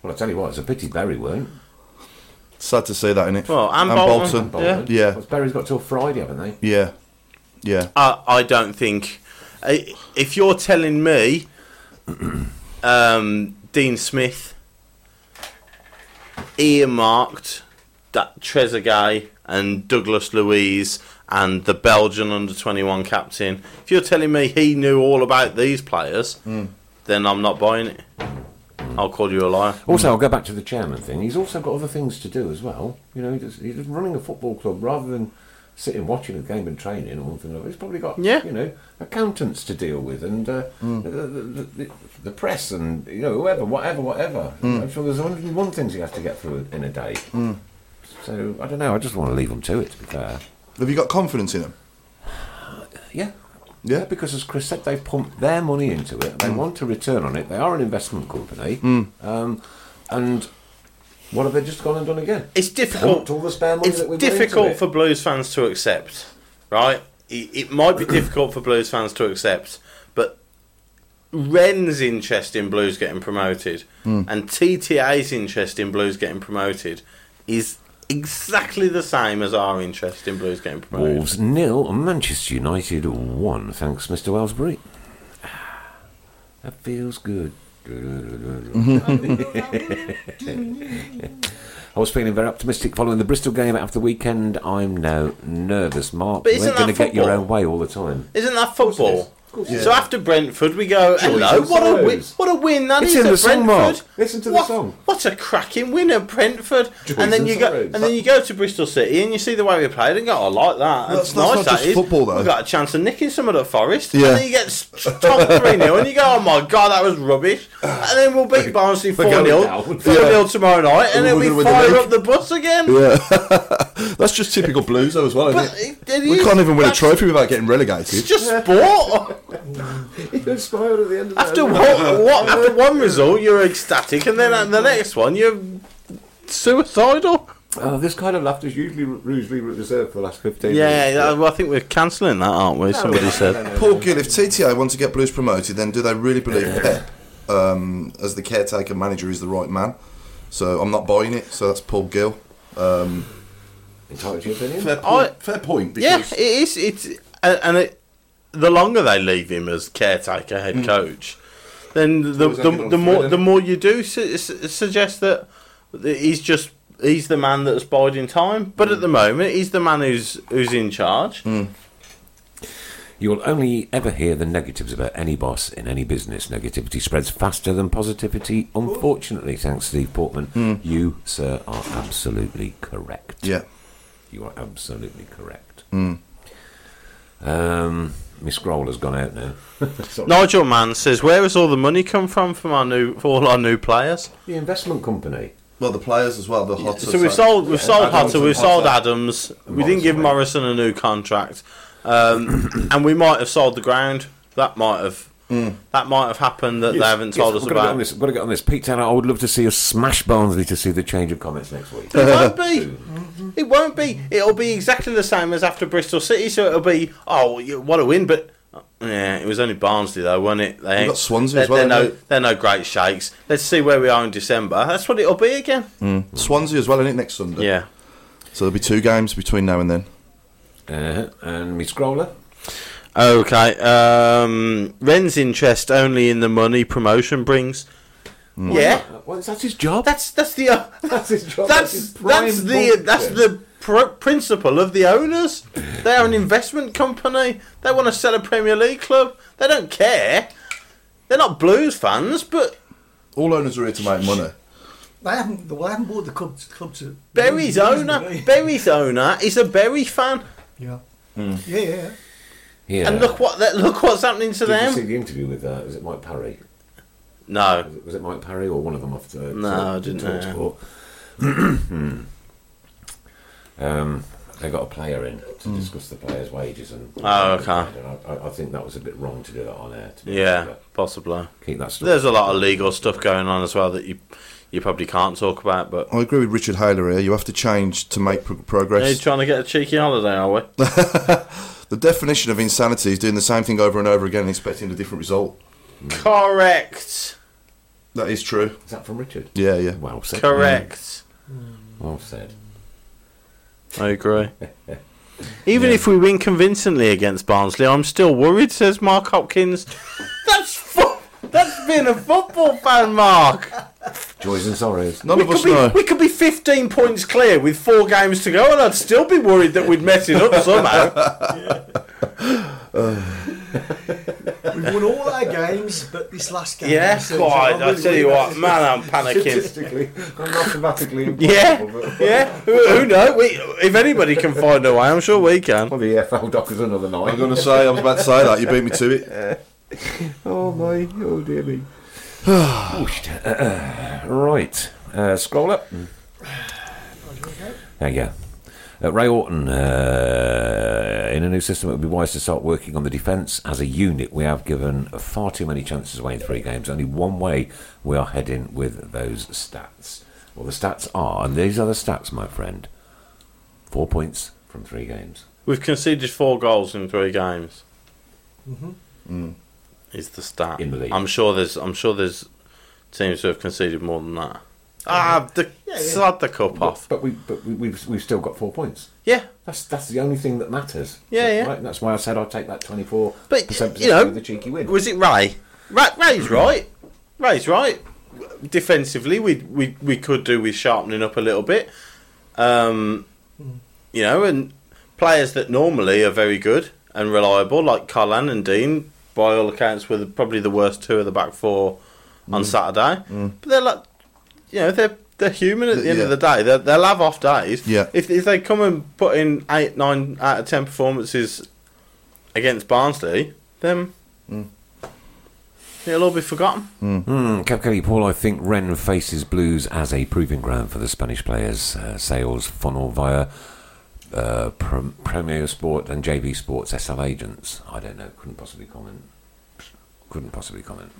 B: Well, I tell you what, it's a pity Barry weren't.
C: Sad to say that, innit?
E: Well, and Bolton.
B: Bolton.
C: Yeah.
B: Well, Barry's got till Friday, haven't they?
C: Yeah. Yeah.
E: I, I don't think. I- If you're telling me, [clears throat] um, Dean Smith earmarked that Trezeguet and Douglas Louise and the Belgian under 21 captain, if you're telling me he knew all about these players, then I'm not buying it. I'll call you a liar.
B: Also, I'll go back to the chairman thing. He's also got other things to do as well. You know, he does- he's just running a football club rather than sitting watching a game and training or anything like that. He's probably got,
E: Yeah.
B: you know, accountants to deal with and uh, the, the, the, the press and, you know, whoever, whatever, whatever. I'm sure there's 101 things he has to get through in a day. So, I don't know. I just want to leave him to it, to be fair.
C: Have you got confidence in him?
B: Yeah.
C: Yeah.
B: Yeah, because as Chris said, they've pumped their money into it.
D: Mm.
B: They want a return on it. They are an investment company. Um, and what have they just gone and done again?
E: It's difficult.
B: Pumped all the spare money
E: it's
B: that we've got into
E: difficult
B: it.
E: for Blues fans to accept, right? It, it might be difficult for Blues fans to accept, but Ren's interest in Blues getting promoted and TTA's interest in Blues getting promoted is exactly the same as our interest in Blues getting promoted.
B: Wolves nil, Manchester United one. Thanks, Mr. Wellsbury. [sighs] That feels good. [laughs] I was feeling very optimistic following the Bristol game after the weekend. I'm now nervous, Mark.
E: But
B: you
E: isn't
B: ain't going to
E: that
B: get your
E: football?
B: own way all the time.
E: Isn't that football? So after Brentford, we go, hello,
B: and
E: what a, win,
B: sorrows."
E: what a win that
B: It's
E: is
B: in
E: at
B: the song, Mark.
E: Brentford.
B: Listen to the
E: what,
B: song.
E: What a cracking win at Brentford. and then
B: and
E: you go
B: sorrows.
E: and then you go to Bristol City and you see the way we played and go, I like that.
C: That's-
E: That's,
C: that's
E: nice
C: not
E: that
C: just
E: is.
C: football, though.
E: We got a chance of nicking some of the Forest.
C: Yeah.
E: And then you get s- top 3 0 and you go, oh my God, that was rubbish. And then we'll beat Barnsley 4
B: We're going
E: 0
B: down.
E: 4 0 tomorrow night and then
C: We're
E: we
C: gonna win the
E: fire
C: league.
E: up the bus again.
C: That's just typical Blues, though, as well,
E: But
C: isn't
E: it- it
C: it? We
E: is-
C: can't even win a
E: that's-
C: trophy without getting
E: It's
C: relegated.
E: just sport.
D: [laughs] You smiled at the end of that.
E: After what, what? After one result, you're ecstatic, and then at the next one, you're suicidal.
B: Oh, this kind of laughter is usually usually reserved for the last fifteen. minutes.
E: Yeah, I think we're cancelling that, aren't we? Somebody said.
C: Paul Gill, if TTA want to get Blues promoted, then do they really believe Pep, um, as the caretaker manager, is the right man? So I'm not buying it. So that's Paul Gill.
B: Entitled to your opinion.
C: Fair
E: point- I-
C: fair point.
E: Yeah, it is. It's and and it, the longer they leave him as caretaker head coach, then the
C: always
E: the,
C: ended on
E: the more
C: thread,
E: the
C: innit?
E: more you do su- su- suggest that that he's just he's the man that's biding time. But at the moment, he's the man who's who's in charge.
B: You'll only ever hear the negatives about any boss in any business. Negativity spreads faster than positivity, unfortunately. Thanks, Steve Portman. You, sir, are absolutely correct.
C: yeah.
B: Hmm. You are absolutely correct. Um, my scroll has gone out now. Sorry.
E: Nigel Mann says, "Where has all the money come from from our new for all our new players?
B: The investment company.
C: Well, the players as well, the Hotter.
E: so we've sold we've sold
C: Adams
E: Hutter,
C: and
E: we've sold
C: Hotter.
E: Adams, we
B: Morrison,
E: didn't give
B: yeah.
E: Morrison a
C: [coughs]
E: new contract, um, and we might have sold the ground. That might have
C: Hmm.
E: that might have happened that they haven't told us
B: I've got To get on
E: about.
B: this, I've got to get on this. Pete Tanner, I would love to see us smash Barnsley to see the change of comments next week. [laughs]
E: It won't
C: Mm-hmm.
E: be. It won't be. It'll be exactly the same as after Bristol City. So it'll be, oh, you- what a win! But uh, yeah, it was only Barnsley though, wasn't it? They
C: We've got Swansea as
E: they're-
C: well,
E: They're no,
C: haven't we?
E: they're no great shakes. Let's see where we are in December. That's what it'll be again.
C: Swansea as well, in it next Sunday.
E: Yeah.
C: So there'll be two games between now and then.
B: Uh, and me scroller.
E: Okay. Um, Ren's interest only in the money promotion brings. Yeah,
B: Well, that's his job.
E: that's that's the uh,
B: Hmm. [laughs] That's his job.
E: [laughs] that's that's the that's the pr- principle of the owners. They are an investment company. They want to sell a Premier League club. They don't care. They're not Blues fans, but
C: All owners are here to make money.
D: They haven't. Well, they haven't bought the club. Club to
E: Berry's owner,
B: [laughs]
E: Berry's owner is a Berry fan,
D: Yeah.
B: Hmm.
D: Yeah, yeah.
B: Yeah.
E: and look what that look what's happening to
B: Did you see
E: them.
B: the interview with uh, was it Mike Parry?
E: No,
B: Was it, was it Mike Parry or one of them off the
E: No, I didn't know.
B: Talksport? [clears throat] um, they got a player in to discuss the player's wages and.
E: Hmm. Oh, okay.
B: And I, I- I think that was a bit wrong to do that on air. To be honest,
E: yeah,
B: but
E: possibly.
B: Keep that stuff.
E: There's a lot of legal stuff going on as well that you you probably can't talk about. But
C: I agree with Richard Haler here. You have to change to make pro-
E: are you
C: progress.
E: trying to get a cheeky holiday,
C: [laughs]
E: are we?
C: the definition of insanity is doing the same thing over and over again and expecting a different result.
E: Correct.
C: That is true.
B: Is that from Richard?
C: Yeah, yeah.
B: Well said.
E: Correct. Oh.
B: Well said.
E: I agree. [laughs] Even if we win convincingly against Barnsley, I'm still worried, says
C: [laughs]
E: Mark Hopkins. That's fu- that's being a football fan, Mark.
B: Joys and sorrows.
C: None
E: We
C: of us
E: could, be,
C: know.
E: we could be 15 points clear with four games to go, and I'd still be worried that we'd mess it up [laughs] somehow.
D: We've won all our games, but this last game.
E: yeah,
D: so-
E: God,
D: so I'm
E: I
D: really
E: tell you
D: worried
E: what, man, [laughs] I'm panicking.
B: Statistically, and mathematically impossible.
E: [laughs] Yeah,
B: but-
E: yeah. Who, who knows? We, if anybody can find a way, I'm sure we can.
B: Well, the EFL E doc is another night. [laughs]
C: I'm going to say, [laughs] I was about to say that. You beat me to it.
B: Oh my, oh dear [sighs] me. Uh, right, uh, scroll up. There you go. Uh, Ray Orton, uh, in a new system, it would be wise to start working on the defence as a unit. We have given far too many chances away in three games. Only one way we are heading with those stats. Well, the stats are, and these are the stats, my friend four points from three games.
E: We've conceded four goals in three games. Mm-hmm. Is the stat?
B: Mm. In the league.
E: I'm sure there's. I'm sure there's teams who have conceded more than that. Ah, the,
D: Yeah, yeah.
E: slide the cup off.
B: But, we, but we, we've, we've still got four points.
E: Yeah,
B: That's that's the only thing that matters.
E: Yeah, yeah.
B: Right? That's why I said I'd take that twenty four
E: but
B: percent
E: you know,
B: with the cheeky win.
E: was it Ray? Ray Ray's right. Ray's right. Defensively, we we we could do with sharpening up a little bit. Um, you know, and players that normally are very good and reliable, like Carlan and Dean, by all accounts, were the, probably the worst two of the back four on Saturday. But they're like, you know, they're they're human at the end of
C: Yeah.
E: the day. They're, they'll have off days.
C: Yeah.
E: If if they come and put in eight, nine out of ten performances against Barnsley, then it'll all be forgotten.
B: Hmm, Capelli Paul, I think Ren faces Blues as a proving ground for the Spanish players. Uh, sales funnel via uh, Prem- Premier Sport and JB Sports SL agents. I don't know. Couldn't possibly comment. Couldn't possibly comment.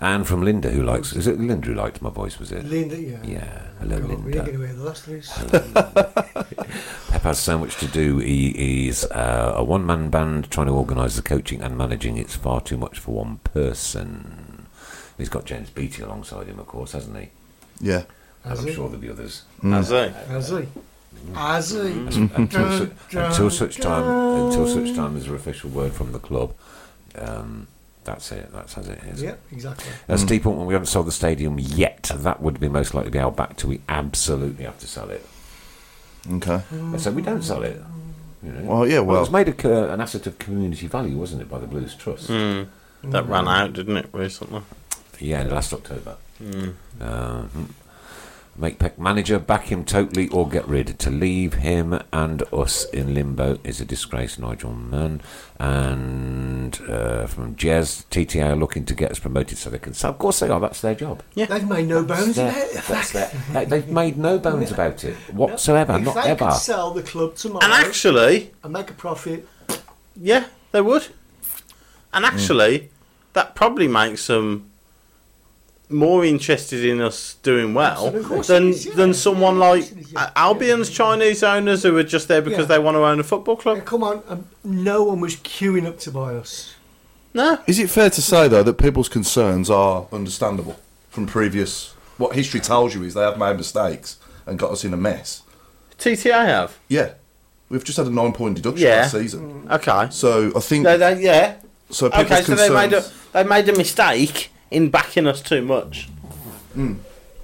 B: And from Linda, who likes is it Linda who liked my voice? Was it?
D: Linda, yeah.
B: yeah. Hello,
D: God, we
B: Linda.
D: didn't get away with the last news.
B: [laughs] Pep has so much to do. He is uh, a one man band trying to organise the coaching and managing. It's far too much for one person. He's got James Beattie alongside him, of course, hasn't he?
C: Yeah.
D: Has
B: and
D: he?
B: I'm sure there'll be others.
E: As I say.
D: Has he? Has he?
B: Until,
D: Dun,
B: su-
D: dun,
B: until such time, uh,
D: dun.
B: until such time as an official word from the club. Um, that's it. That's as it is.
D: Yeah, exactly.
B: Uh, Steve Portman, we haven't sold the stadium yet. That would be most likely be our back till we absolutely have to sell it.
C: Okay.
B: I said we don't sell it. You know?
C: Well, yeah,
B: it
C: well.
B: was made a, co- an asset of community value, wasn't it, by the Blues Trust?
D: Mm.
E: That
D: Oh,
E: ran out, didn't it, recently?
D: Mm.
B: Yeah, last October. Um, Uh, Make Peck manager, back him totally or get rid. To leave him and us in limbo is a disgrace, Nigel Mann. And uh, from Jez, TTA are looking to get us promoted so they can. So of course they are, that's their job.
D: They've made no bones
B: Their-
D: about it.
B: that's their- they, have made no bones about
D: [laughs]
B: it whatsoever,
D: if
B: not
D: they
B: ever.
D: could sell the club tomorrow
E: And actually,
D: and make a profit,
E: yeah, they would. And actually, that probably makes them more interested in us doing well
D: Absolutely. Of course
E: than
D: it is, yeah.
E: than someone
D: Yeah, of
E: like
D: course it is, yeah.
E: Albion's Chinese owners who are just there because
D: Yeah.
E: they want to own a football
D: Yeah,
E: club.
D: come on, um, no one was queuing up to buy us.
E: No,
C: Is it fair to say though that people's concerns are understandable from previous? What history tells you is they have made mistakes and got us in a mess.
E: TTA have.
C: Yeah, we've just had a nine-point deduction
E: Yeah.
C: last season.
E: Okay.
C: So I think
E: No, they, yeah.
C: so. People's
E: Okay, so
C: concerns.
E: they made a they made a mistake in backing us too much.
C: Hmm.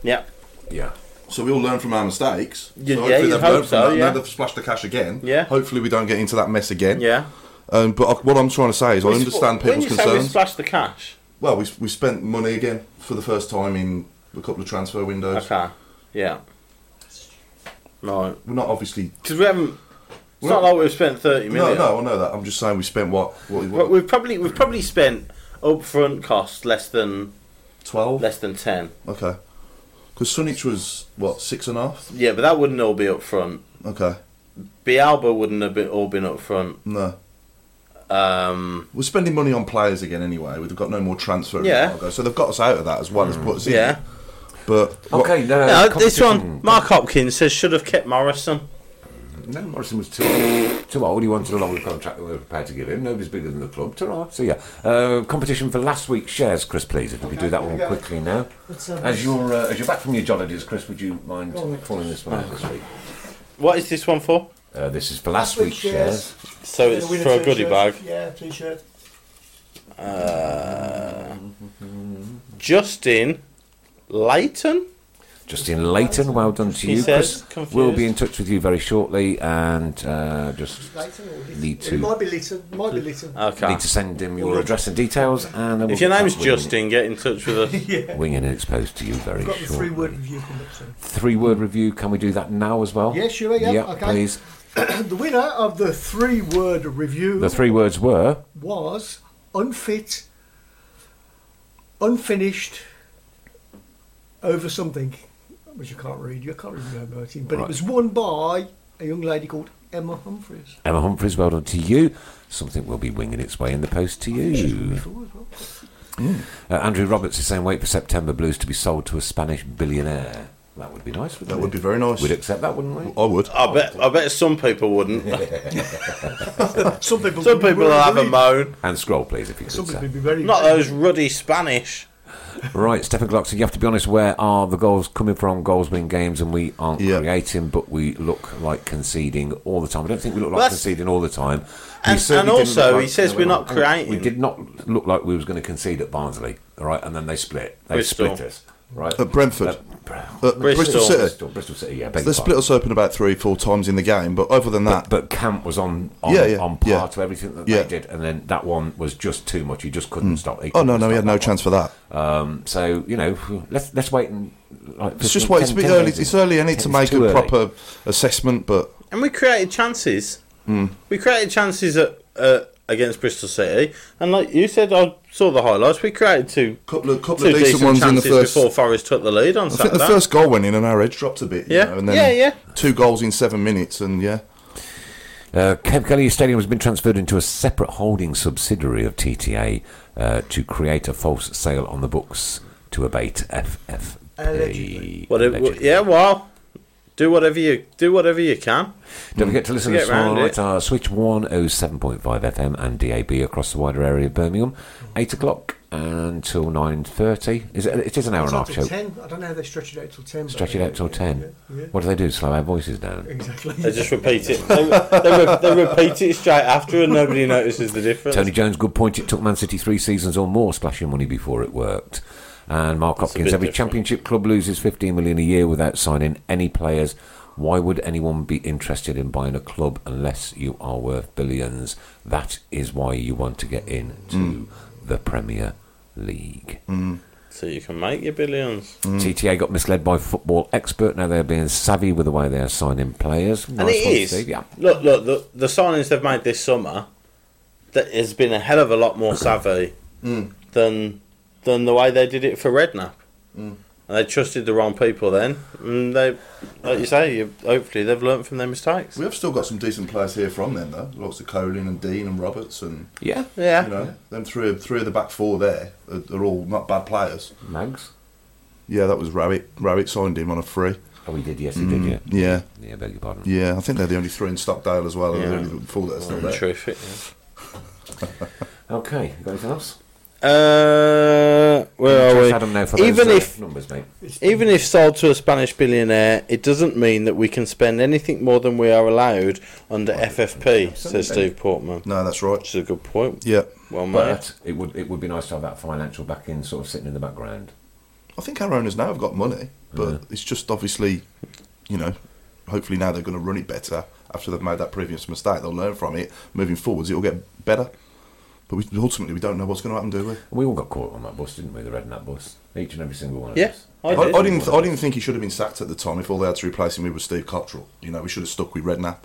E: Yeah.
B: Yeah.
C: So we all learn from our mistakes. so
E: Yeah, yeah,
C: hopefully
E: you'd
C: they've
E: hope
C: learned from
E: so,
C: that.
E: yeah.
C: Now they've splashed the cash again.
E: Yeah.
C: Hopefully we don't get into that mess again.
E: Yeah.
C: Um, but I, what I'm trying to say is I understand
E: when
C: people's
E: you Say we
C: concerns.
E: splash the cash.
C: well, we we spent money again for the first time in a couple of transfer windows.
E: Okay. Yeah. Right.
C: We're not obviously.
E: Because we haven't. It's
C: Well-
E: not like we've spent thirty
C: No,
E: million.
C: no, I know that. I'm just saying we spent what what,
E: But
C: what
E: we've probably we've probably spent upfront cost less than
C: twelve.
E: less than ten.
C: Okay. Because Sunich was what six and a half.
E: Yeah, but that wouldn't all be upfront.
C: Okay.
E: Bialba wouldn't have been, all been upfront.
C: No.
E: Um,
C: We're spending money on players again anyway. We've got no more transfer
E: Yeah.
C: embargo, so they've got us out of that as well as put us in.
E: Yeah.
C: But what-
B: Okay, no,
E: no, this
B: competition-
E: one, Mark Hopkins says should have kept Morrison.
B: No, Morrison was too old. too old. He wanted a longer contract than we were prepared to give him. Nobody's bigger than the club. Ta-ra. So yeah, uh, competition for last week's shares, Chris. Please, if we could do that one
D: here we go.
B: quickly now.
D: Let's have
B: As
D: this.
B: you're uh, as you're back from your jollies, Chris, would you mind
D: Go on.
B: calling this one out this week?
E: What is this one for?
B: Uh, this is for last, week's shares.
E: So it's
D: Gonna win
E: for a
D: t-shirt.
E: goodie bag.
D: Yeah, t-shirt.
E: Justin Leighton.
B: Justin Leighton, well done to
E: He
B: you,
E: says,
B: Chris. We'll be
E: confused.
B: in touch with you very shortly, and uh, just
D: Leighton or Litton?
B: Need to.
D: It might be Litton. Might be Litton.
E: Okay.
B: need to send him your address and details. And then we'll
E: If your
B: get
E: name's
B: that winging it-
E: Justin, get in touch with
D: [laughs]
E: us.
B: winging it exposed to you very
D: Got the
B: shortly.
D: three-word review coming up soon. [clears throat]
B: Three word review. Can we do that now as well?
D: Hmm. Yeah, sure, yeah,
B: Yep,
D: okay.
B: please.
D: the winner of the three-word review
B: The three words were
D: was unfit, unfinished, over something, which I can't read. I can't remember it, but
B: Right.
D: it was won by a young lady called Emma Humphreys.
B: Emma Humphreys. Well done to you. Something will be winging its way in the post
D: Oh,
B: to you.
D: Before as well.
B: Uh, Andrew Roberts is saying, "Wait for September Blues to be sold to a Spanish billionaire." That would be nice. Wouldn't
C: that
B: it?
C: would be very nice. Oh.
B: We'd accept that, wouldn't we?
C: I would.
E: I bet. I bet some people wouldn't.
D: Some people,
E: Some people will
D: will
E: have a moan.
B: And scroll, please, if you could.
D: Some
B: sir.
D: people would be very
E: Not those ruddy Spanish.
B: Right, Stephen Clarkson, you have to be honest. Where are the goals coming from? Goals win games, and we aren't
C: Yeah.
B: creating, but we look like conceding all the time. I don't think we look like
E: Well, that's-
B: conceding all the time. We
E: And-
B: certainly
E: and
B: didn't
E: also,
B: look
E: he says
B: no,
E: we're not
B: We
E: creating.
B: did not look like we was going to concede at Barnsley, all right? And then they split. They
E: Bristol.
B: split us, right?
C: At Brentford.
B: At Br-
C: At Bristol,
E: Bristol.
C: City,
B: Bristol, Bristol City, yeah. beg
C: they
B: your
C: split
B: pardon.
C: us open about three, four times in the game. But other than that,
B: But Camp was on on,
C: Yeah, yeah,
B: on par
C: yeah.
B: to everything that
C: Yeah.
B: they did, and then that one was just too much. He just couldn't stop.
C: oh no, no, we had no
B: chance.
C: chance for that.
B: Um, so you know, let's let's wait and like,
C: It's just
B: 15,
C: wait. It's a
B: 10,
C: bit
B: 10
C: early.
B: days
C: It's
B: in.
C: early, and
B: It's
C: to make
B: too
C: a
B: early.
C: proper assessment. But
E: And we created chances.
C: Hmm.
E: We created chances at, uh, against Bristol City. And like you said, I saw the highlights. We created two,
C: couple of couple
E: two
C: of
E: decent,
C: decent, ones in the
E: chances
C: first.
E: before Forest took the lead on
C: I think
E: Saturday.
C: the first goal went in, and our edge dropped a bit. you
E: Yeah.
C: know, and then
E: Yeah, yeah.
C: Two goals in seven minutes, and yeah,
B: Uh, Kev Kelly Stadium has been transferred into a separate holding subsidiary of TTA uh, to create a false sale on the books to abate FFP.
D: Allegedly.
E: What it-
B: Allegedly.
E: yeah, well, do whatever you do, whatever you can.
B: Don't forget to listen to
E: Get round
B: Starlight
E: it.
B: uh, Switch 107.5 FM and DAB across the wider area of Birmingham. 8 o'clock until 9.30. Is it, it is an hour
D: It's
B: and a
D: not
B: half
D: till
B: show.
D: ten. I don't know how they stretch it out till ten. but
B: Stretch it
D: yeah,
B: out till
D: yeah,
B: 10.
D: Yeah, yeah.
B: What do they do? Slow our voices down?
D: [laughs] Exactly.
E: They just repeat it. They, they, re- they repeat it straight after, and nobody notices the difference.
B: Tony Jones, good point. It took Man City three seasons or more splashing money before it worked. And Mark
E: That's a
B: Hopkins,
E: bit
B: every
E: different.
B: championship club loses 15 million a year without signing any players. Why would anyone be interested in buying a club unless you are worth billions?
E: Mm.
B: That is why you want to get into the Premier League.
E: So you can make your billions.
B: TTA got misled by football expert. Now they're being savvy with the way they are signing players.
E: And it is.
B: yeah.
E: Look, look, the, the signings they've made this summer that has been a hell of a lot more savvy Mm. than than the way they did it for Redknapp. And they trusted the wrong people then. And they, like you say, you, hopefully they've learnt from their mistakes.
C: We have still got some decent players here from them though. Lots of Colin and Dean and Roberts and
B: Yeah.
E: Yeah.
C: you know them three three of the back four there are, are all not bad players.
B: Mags.
C: Yeah, that was Rabbit. Rabbit signed him on a free. Mm.
B: Oh, he did. Yes, he
E: Mm.
B: did. Yeah.
C: Yeah,
B: Yeah. Beg your pardon.
C: yeah. I think they're the only three in Stockdale as well. Yeah.
E: Yeah.
C: The only four that are still there.
E: Terrific. yeah.
B: Okay. You got anything else?
E: Uh, where are
B: Trust
E: we?
B: Adam now for those,
E: Even
B: uh,
E: if-
B: numbers, mate.
E: Even if sold to a Spanish billionaire, it doesn't mean that we can spend anything more than we are allowed under FFP, says Steve Portman.
C: No, that's right.
E: Which is a good point.
C: Yeah,
E: Well made.
B: But it would it would be nice to have that financial backing sort of sitting in the background.
C: I think our owners now have got money, but it's just obviously, you know, hopefully now they're going to run it better after they've made that previous mistake. They'll learn from it. Moving forwards, it'll get better. But we, ultimately, we don't know what's going to happen, do we?
B: We all got caught on that bus, didn't we? The Redknapp bus. Each and every single one of
E: Yeah,
B: us.
E: I
C: I,
E: did.
C: I didn't. I didn't think he should have been sacked at the time. If all they had to replace him with was Steve Cottrell, you know, we should have stuck with Redknapp.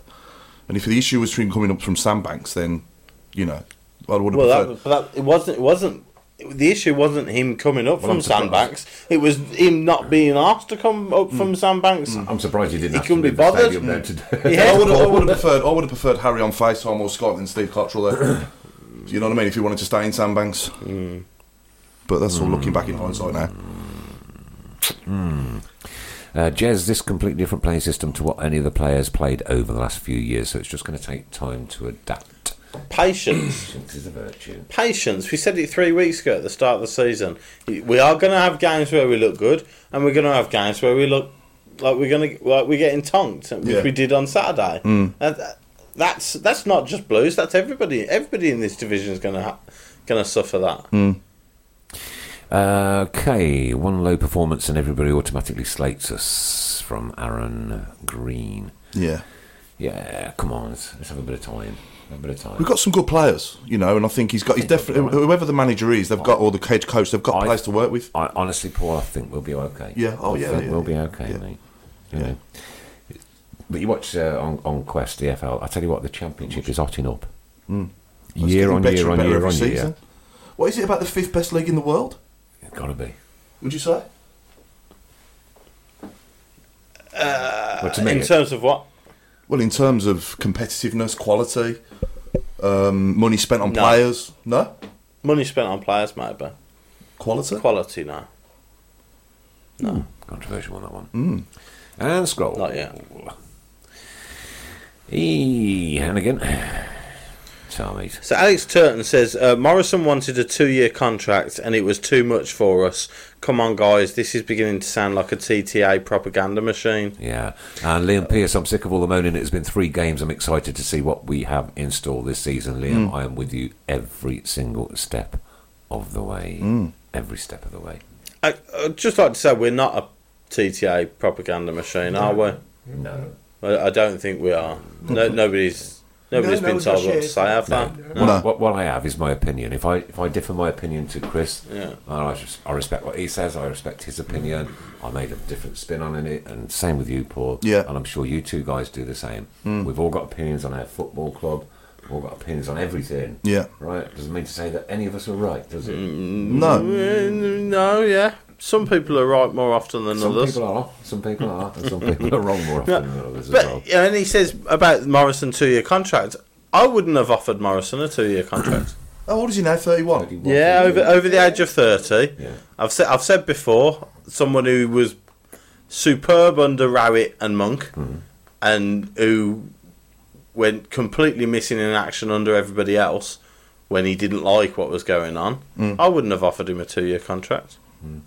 C: And if the issue was him coming up from Sandbanks, then you know, I would have
E: Well,
C: preferred.
E: that, but that, it wasn't. It wasn't. The issue wasn't him coming up from
B: I'm surprised.
E: sandbanks. It was him not being asked to come up
C: Hmm.
E: from sandbanks.
B: I'm surprised you didn't.
E: He
B: have to
E: couldn't be
B: leave the
E: bothered.
B: stadium now to do-
E: [laughs] Yeah.
C: I would have, I would have preferred. I would have preferred Harry on FaceTime or Scott than Steve Cottrell. There, [coughs] you know what I mean? If he wanted to stay in Sandbanks,
B: Hmm.
C: but that's all looking back in hindsight now.
B: Uh, Jez, this completely different playing system to what any of the players played over the last few years, so it's just going to take time to adapt.
E: Patience,
B: Patience is a virtue.
E: patience. We said it three weeks ago at the start of the season. We are going to have games where we look good, and we're going to have games where we look like we're going to like we're getting tonked, which
C: Yeah.
E: we did on Saturday.
B: Mm.
E: And that- that's that's not just Blues. That's everybody. Everybody in this division is going to ha- going to suffer that.
B: Mm, Uh, Okay, one low performance and everybody automatically slates us from Aaron Green.
C: Yeah,
B: Yeah, come on, let's, let's have a bit of time. A bit of time.
C: we've got some good players, you know, and I think he's got. He's definitely whoever the manager is. They've got or the head coach. They've got
B: I-
C: players to work with.
B: I honestly, Paul, I think we'll be okay.
C: Yeah, oh,
B: I
C: yeah,
B: think
C: yeah,
B: we'll be
C: yeah,
B: okay,
C: yeah.
B: mate. You know. But you watch uh, on on Quest EFL. I tell you what, the championship is hotting up.
C: It's
B: Year
C: Hmm. getting
B: on
C: better
B: year
C: and
B: on
C: better
B: year
C: every
B: on year.
C: season. What is it about the fifth best league in the world?
B: It's gotta be.
C: Would you say?
B: Well, to me,
E: Uh, In
B: it-
E: terms of what
C: Well, in terms of competitiveness, quality, um, money spent on
E: No.
C: players, no
E: money spent on players, maybe.
C: quality.
E: Quality now.
B: Controversial on that one.
C: Hmm.
B: Mm. And scroll.
E: Not yet.
B: E and again. [sighs] Sorry, mate.
E: So Alex Turton says uh, Morrison wanted a two-year contract and it was too much for us. Come on, guys, this is beginning to sound like a TTA propaganda machine.
B: Yeah. And Liam Pierce, I'm sick of all the moaning. It's been three games. I'm excited to see what we have in store this season. Liam, I am with you every single step of the way. Every step of the way.
E: I, I'd just like to say we're not a TTA propaganda machine, are we?
B: No.
E: I, I don't think we are. No, nobody's nobody's
D: No,
E: been
D: no,
E: told what to
D: Josh,
E: say,
D: yeah.
E: have they?
D: No.
E: No.
C: Well, no.
B: What, what I have is my opinion. If I if I differ my opinion to Chris,
E: Yeah.
B: I, res- I respect what he says. I respect his opinion. I made a different spin on it, and same with you, Paul.
C: Yeah.
B: and I'm sure you two guys do the same. We've all got opinions on our football club. We've all got opinions on everything.
C: Yeah.
B: right. Doesn't mean to say that any of us are right, does it?
C: No,
E: No, yeah. Some people are right more often than
B: Some
E: others.
B: people are, some people are, and some people are wrong more often than others as well.
E: But yeah, and he says about Morrison two year contract. I wouldn't have offered Morrison a two year contract.
C: how old is he now? Thirty-one.
E: yeah, over over the age of thirty.
B: Yeah.
E: I've said I've said before someone who was superb under Rowett and Monk, and who went completely missing in action under everybody else when he didn't like what was going on. I wouldn't have offered him a two year contract.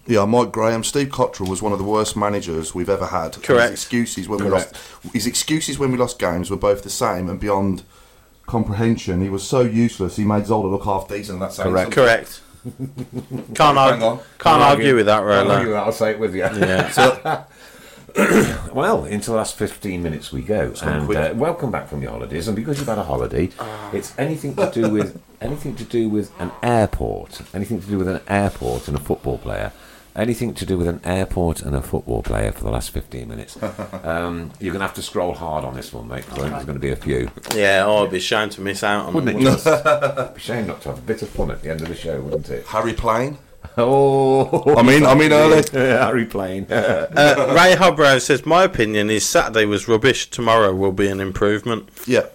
C: Yeah, Mike Graham, Steve Cottrell was one of the worst managers we've ever had. And
E: Correct.
C: His excuses when
E: Correct.
C: we lost his excuses when we lost games were both the same and beyond comprehension. He was so useless. He made Zolder look half decent. and That's saying
E: Correct.
C: something.
E: Uh, Correct. [laughs] can't argue,
C: on.
E: can't argue with that,
B: I'll
E: really.
B: [laughs] argue, I'll say it with you.
E: Yeah.
C: So,
B: [clears throat] well, into the last 15 minutes we go. And
C: quick.
B: uh, welcome back from your holidays. And because you've had a holiday, it's anything to do with anything to do with an airport, anything to do with an airport and a football player, anything to do with an airport and a football player for the last 15 minutes. um, you're going to have to scroll hard on this one, mate, because I think there's going to be a few.
E: Yeah, oh, it'd be a shame to miss out on
B: Wouldn't
E: them.
B: it? just- [laughs] It'd be a shame not to have a bit of fun at the end of the show, wouldn't it?
C: Harry Plane.
B: Oh,
C: [laughs] I mean, I
B: [laughs]
C: mean early.
B: Harry Plane.
E: [laughs] Uh, Ray Hobrow says, My opinion is Saturday was rubbish, tomorrow will be an improvement.
C: Yeah.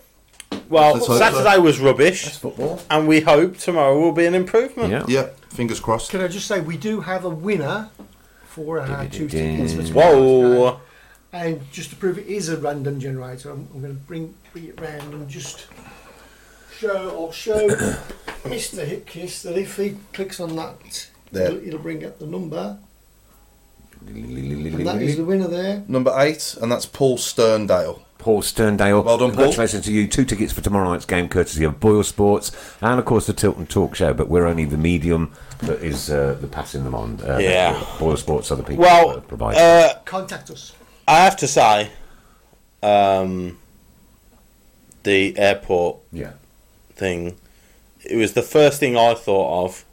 E: Well,
C: Let's hope so.
E: Saturday was rubbish,
B: football.
E: and we hope tomorrow will be an improvement.
B: Yeah.
C: Yeah. Fingers crossed.
D: Can I just say we do have a winner for our two tickets for tomorrow's game.
E: Whoa!
D: And just to prove it is a random generator, I'm, I'm going to bring bring it round and just show or show Mr. Hipkiss that if he clicks on that,
C: There.
D: it'll, it'll bring up the number. And that is the winner there.
C: Number eight, and that's Paul Sterndale.
B: Paul Sterndale.
C: Well done, Paul.
B: Congratulations to you. Two tickets for tomorrow night's game, courtesy of Boyle Sports and, of course, the Tilton Talk Show. But we're only the medium that is uh, the passing them on. Uh,
E: Yeah.
B: that's what Boyle Sports are the people that
E: Well,
B: provide.
E: uh,
D: Contact us.
E: I have to say, um, the airport
B: yeah.
E: thing, it was the first thing I thought of,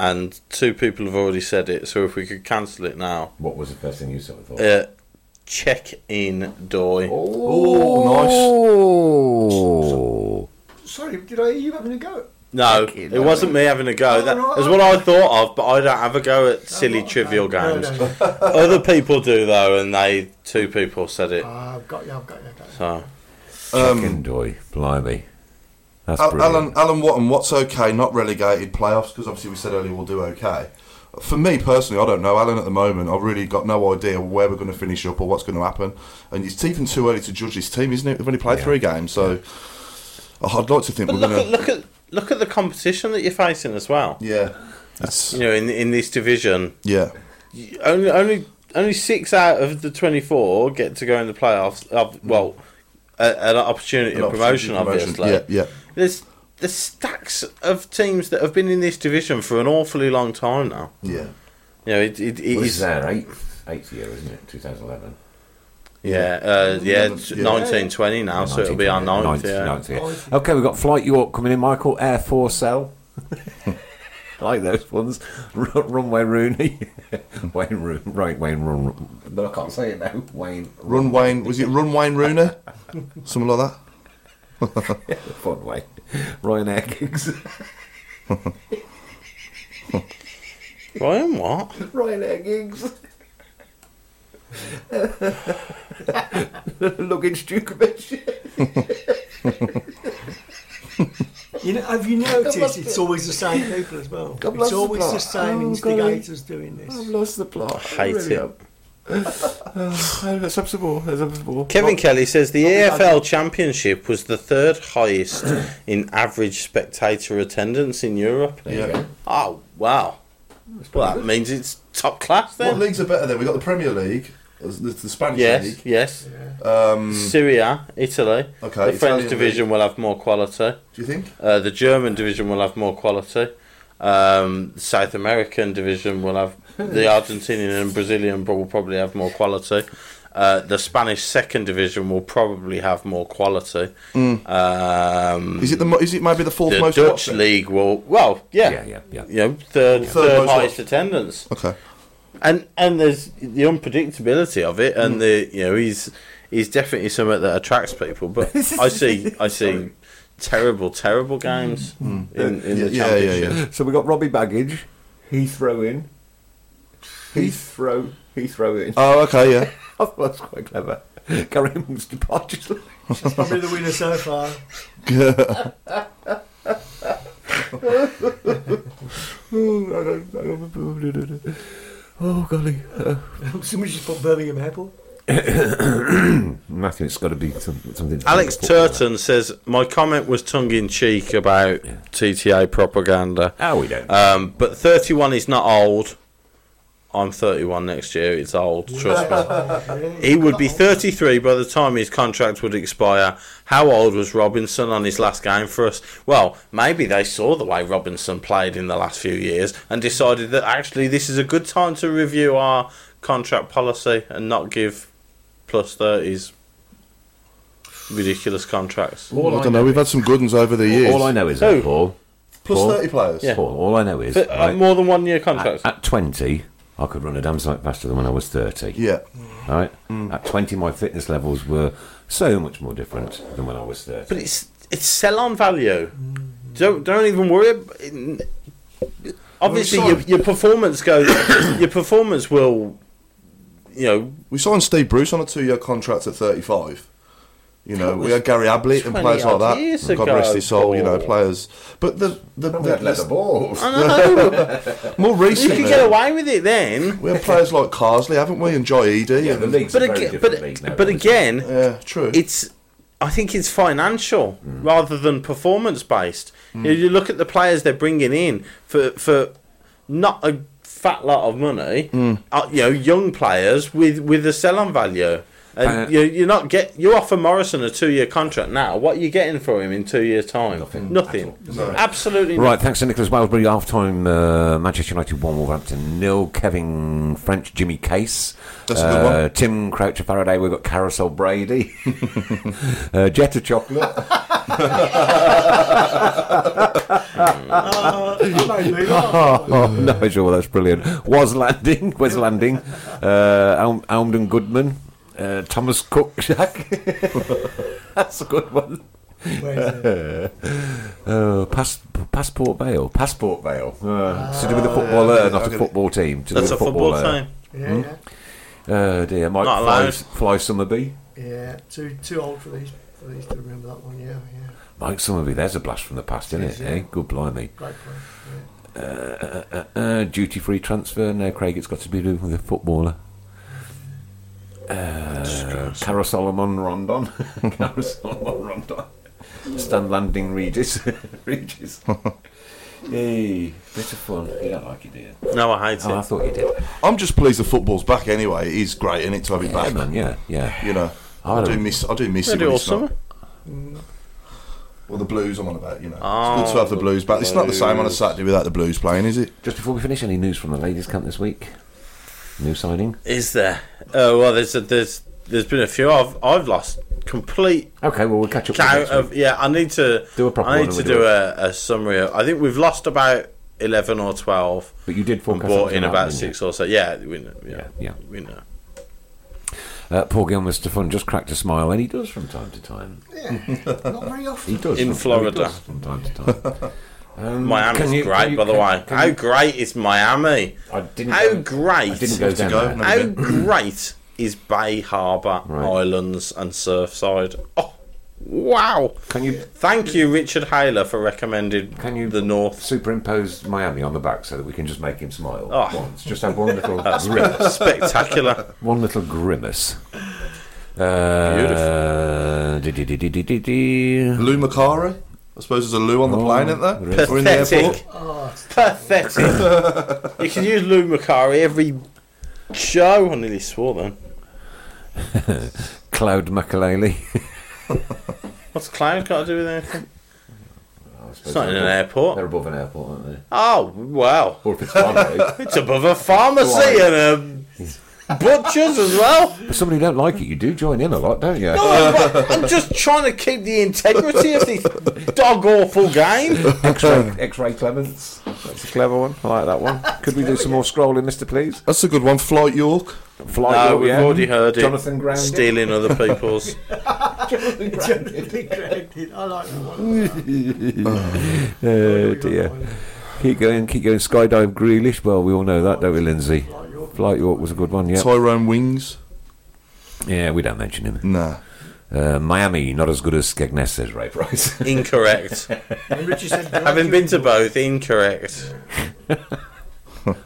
E: and two people have already said it, so if we could cancel it now.
B: What was the first thing you sort of thought?
E: Uh, check in doy.
B: oh,
D: Sorry, did I? Are you having a go?
E: No,
B: in
E: it wasn't me having a go.
D: Oh,
E: That
D: no,
E: is
D: I-
E: what I thought of, but I don't have a go at silly
D: No, no,
E: trivial
D: no, no,
E: games.
D: no.
E: [laughs] Other people do though, and they two people said it.
D: Ah, I've got you. I've got you. I've got you.
B: nice.
E: So
B: Chicken doy. Blimey. That's
C: Um, Al-
B: brilliant.
C: Alan, Alan Watton, what's okay? Not relegated playoffs because obviously we said earlier we'll do okay. For me personally, I don't know. Alan, at the moment, I've really got no idea where we're going to finish up or what's going to happen. And it's even too early to judge his team, isn't it? We've only played three games, so I'd like to think
E: But
C: we're
E: look
C: going to.
E: at [laughs] look at look at the competition that you're facing as well.
C: Yeah, it's,
E: You know, in in this division,
C: yeah,
E: you- only only only six out of the twenty four get to go in the playoffs. Of, well, a, an opportunity
C: An
E: of promotion,
C: opportunity of
E: obviously.
C: promotion, yeah, yeah.
E: There's there's stacks of teams that have been in this division for an awfully long time now.
C: yeah.
E: You know, it, it, it
B: What
E: is
B: is there? Eighth, eighth year, isn't it? 2011.
E: Yeah, uh, yeah,
C: Eleventh, yeah.
E: nineteen twenty now, so it'll be our ninth. yeah.
B: yeah. Okay, we've got Flight York coming in, Michael. Air Force Cell. I [laughs] like those ones. [laughs] Run- Runway Rooney. [laughs] Wayne Rooney. Right, Wayne Run. Run- But I can't say it now. Wayne
C: Run Wayne, was it Run Wayne
E: [laughs]
C: Rooney? Something like that.
B: Fun Wayne. Ryan [laughs] Atkins.
E: Ryan, what?
B: Ryan [laughs] Atkins. Luggage Djokovic.
D: You know, have you noticed it's always the same people as well?
B: God Oh, bless
D: it's
B: the
D: always the,
B: bloke.
D: same
B: Oh,
D: instigators doing this.
B: I've lost the plot. I
E: hate
B: really
E: it.
B: am. Uh, [sighs] that's up to ball. That's up to ball.
E: Kevin Kelly says the AFL Championship was the third highest [clears throat] in average spectator attendance in Europe.
B: There you go.
E: Oh wow! Well, that means it's top class
C: What
E: then.
C: leagues are better then? We've got the Premier League, the, the Spanish
E: Yes,
C: League. Um,
E: yes. Syria, Italy.
C: Okay,
E: The
C: Italian
E: French division will have more quality.
C: Do you think?
E: Uh, the German division will have more quality. Um, the South American division will have
B: Hmm.
E: the Argentinian and Brazilian will probably have more quality. Uh, the Spanish second division will probably have more quality. Um,
C: Is it the mo- is it maybe the fourth
E: the
C: Hmm. most
E: Dutch
C: watched then?
E: league will well yeah
B: Yeah, yeah, yeah.
E: You know, third, third,
C: most watched.
E: highest attendance
C: Okay.
E: and and there's the unpredictability of it,
C: Mm.
E: and the you know he's he's definitely something that attracts
C: [laughs]
E: people. But I see I see terrible terrible games in, in the
C: Mm. Yeah, yeah, yeah,
E: championship.
B: So we got Robbie Baggage, Heathrow in, Heathrow, Heathrow [laughs] in.
C: Oh, okay, yeah.
B: I thought that's quite clever. [laughs] Gary Moon's [laughs] departure.
D: That's probably the winner so far. [laughs]
B: oh golly,
D: Somebody just put
B: [laughs]
D: Birmingham Apple.
B: Matthew, it's got to be some, something.
E: Alex
B: football.
E: Turton says my comment was tongue in cheek about TTA propaganda,
C: Ah,
B: Oh, we don't.
E: um, but 31 is not old. I'm 31 next year. It's old. Trust me. He would
D: [laughs]
E: be 33 by the time his contract would expire. How old was Robinson on his last game for us? Well, maybe they saw the way Robinson played in the last few years and decided that actually this is a good time to review our contract policy and not give plus 30s ridiculous contracts.
B: All
C: I don't know. We've had some good ones over the years.
B: All I know is
E: Who?
B: that, Paul.
C: Plus
B: Paul,
C: 30 players.
E: Yeah.
B: Paul, all I know is
E: But, uh,
B: right,
E: more than one year
B: at,
E: contracts.
B: at 20, I could run a damn sight faster than when I was 30.
C: Yeah. Mm.
B: All right? At 20, my fitness levels were so much more different than when I was 30.
E: but it's it's sell on value. Don't don't even worry. ab- Obviously,
C: Well,
E: your,
C: we
E: your performance goes. [coughs] your performance will, you know,
C: We signed Steve Bruce on a two year contract at 35. You know, we had Gary Ablett and
E: 20
C: players like
E: odd
C: that.
E: years
C: God
E: ago,
C: rest his soul, you know,
E: Paul.
C: players. But the, the, the,
F: We had leather balls.
E: I know.
C: [laughs] more
E: you
C: recently,
E: can get away with it then.
C: we had players like Carsley, haven't we, and Joy Edie.
F: Yeah,
C: and-
F: the league's
E: But
F: a very
E: again,
F: different league now.
E: but, but again,
C: yeah, true.
E: it's I think it's financial rather than performance based. You, know, you look at the players they're bringing in for for not a fat lot of money. Uh, you know, young players with with a sell on value. And
B: Uh,
E: you, you're not get you offer Morrison a two year contract now. What are you getting for him in two years time?
F: Nothing.
E: Nothing.
F: At all. No.
E: Absolutely.
B: Right, thanks to Nicholas Walesbury. Half time, uh, Manchester United 1 Wolverhampton nil. Kevin French, Jimmy Case.
C: That's a
B: uh,
C: good one.
B: Tim Croucher Faraday, we've got Carousel Brady. [laughs] uh, Jetta Chocolate.
C: [laughs]
B: [laughs] oh, no, sure, that's brilliant. Was Landing, [laughs] Wes Landing. Uh, Alm- Almden Goodman. Uh, Thomas Cook, [laughs] Jack. that's a good one. Uh, pass, passport bail. Passport bail. Uh, it's to do with a footballer,
C: Ah, yeah,
B: not a
C: okay.
B: football team. To do
E: That's a
B: with
E: football
B: footballer. Hmm?
E: team.
D: Yeah, yeah,
B: Oh dear, Mike
E: Not
B: Fly,
E: allowed.
B: Fly Summerby.
D: yeah. Too too old for these for these to remember that one. Yeah, yeah.
B: Mike Summerby, there's a blast from the past, isn't it? Eh? Good blimey.
D: Great play. Yeah.
B: Uh, uh, duty free transfer. No, Craig, it's got to be doing with a footballer. Uh, Caro Solomon Rondon. [laughs] Caro Solomon Rondon. Stan Landing Regis. [laughs]
E: [laughs]
B: Regis. Yay, bit of fun. You don't like it, do you?
E: No, I hate it.
B: Oh, I thought you did.
C: I'm just pleased the football's back anyway. It is great, isn't it, to have it
B: Yeah,
C: back?
B: man, yeah, yeah.
C: You know,
B: I
C: I, do
B: don't-
C: miss, I do miss
E: They
C: it.
E: do
C: when
E: all
C: it's not-
E: summer.
C: Well, the blues I'm on about, you know.
E: Oh,
C: it's good to have the
E: the
C: blues back. It's not the same on a
E: blues.
C: Saturday without the blues playing, is it?
B: Just before we finish, any news from the ladies' camp this week? New signing?
E: Is there? Oh well, there's a, there's there's been a few. I've I've lost complete
B: Okay, well, we'll catch up. with you
E: count
B: next week.
E: of uh, yeah. I need to
B: Do a proper
E: I
B: one
E: need
B: and
E: to
B: we'll
E: do
B: do
E: a, a summary. Of, I think we've lost about eleven or twelve.
B: But you did
E: And
B: forecast
E: bought
B: that
E: in
B: was
E: about
B: gonna happen,
E: six or so. Yeah, we know. Yeah,
B: Yeah, yeah.
E: we know.
B: Uh, Paul Gilmester Fun just cracked a smile, and he does from time to time.
D: Not
B: [laughs]
D: very often.
B: He does.
E: In
B: from-
E: Florida.
B: he does from time to [laughs] time. Um,
E: Miami's
B: can you-
E: great,
B: can you-
E: by the
B: can-
E: way.
B: can
E: How
B: you-
E: great is Miami?
B: I didn't
E: How
B: go-
E: great?
B: I didn't go down
C: go,
B: there. [clears throat]
C: no.
E: How great is Bay Harbour
B: Right.
E: Islands and Surfside? Oh, wow!
B: Can you
E: Thank you, Richard Haler, for recommending
B: can you
E: the
B: [laughs]
E: North
B: superimpose Miami on the back so that we can just make him smile
E: Oh.
B: once? Just have one [laughs] little grim,
E: Spe- spectacular.
B: one little grimace. Uh, Beautiful.
C: Lou Macari? I suppose there's a Lou on the
B: Oh,
C: plane, isn't there?
B: there is.
C: Or in the airport?
E: Pathetic.
D: Oh,
E: [laughs] Pathetic. you can use Lou Macari every show. I nearly swore then.
B: Cloud Makaleli.
E: What's Clown got to do with anything?
B: [laughs] It's
E: not in an airport.
B: They're above an airport, aren't they?
E: Oh, wow.
B: Or if it's [laughs] Farnborough.
E: It's above a pharmacy and a butcher's as well.
B: but somebody don't like it, you do join in a lot, don't you?
E: Oh, but I'm just trying to keep the integrity of this dog awful game.
B: X-ray, X-ray Clements. That's a clever one. I like that [laughs] one. Could we do some more scrolling, Mister Please?
C: That's a good one. Flight York.
B: Fly
E: No,
B: York,
E: we've
B: yeah.
E: already heard it.
B: Jonathan Grounded.
E: Stealing other people's.
B: [laughs]
D: Big credit. I like that one.
B: Oh dear. Keep going, keep going. Skydive Grealish. Well, we all know that, don't we, Lindsay? Flight York was a good one, yeah.
C: Tyrone Wings.
B: Yeah, we don't mention him.
C: Nah.
B: Uh, Miami, not as good as Skegness, says Ray Price. [laughs]
E: Incorrect.
D: And Richie said,
E: Having been to both, incorrect.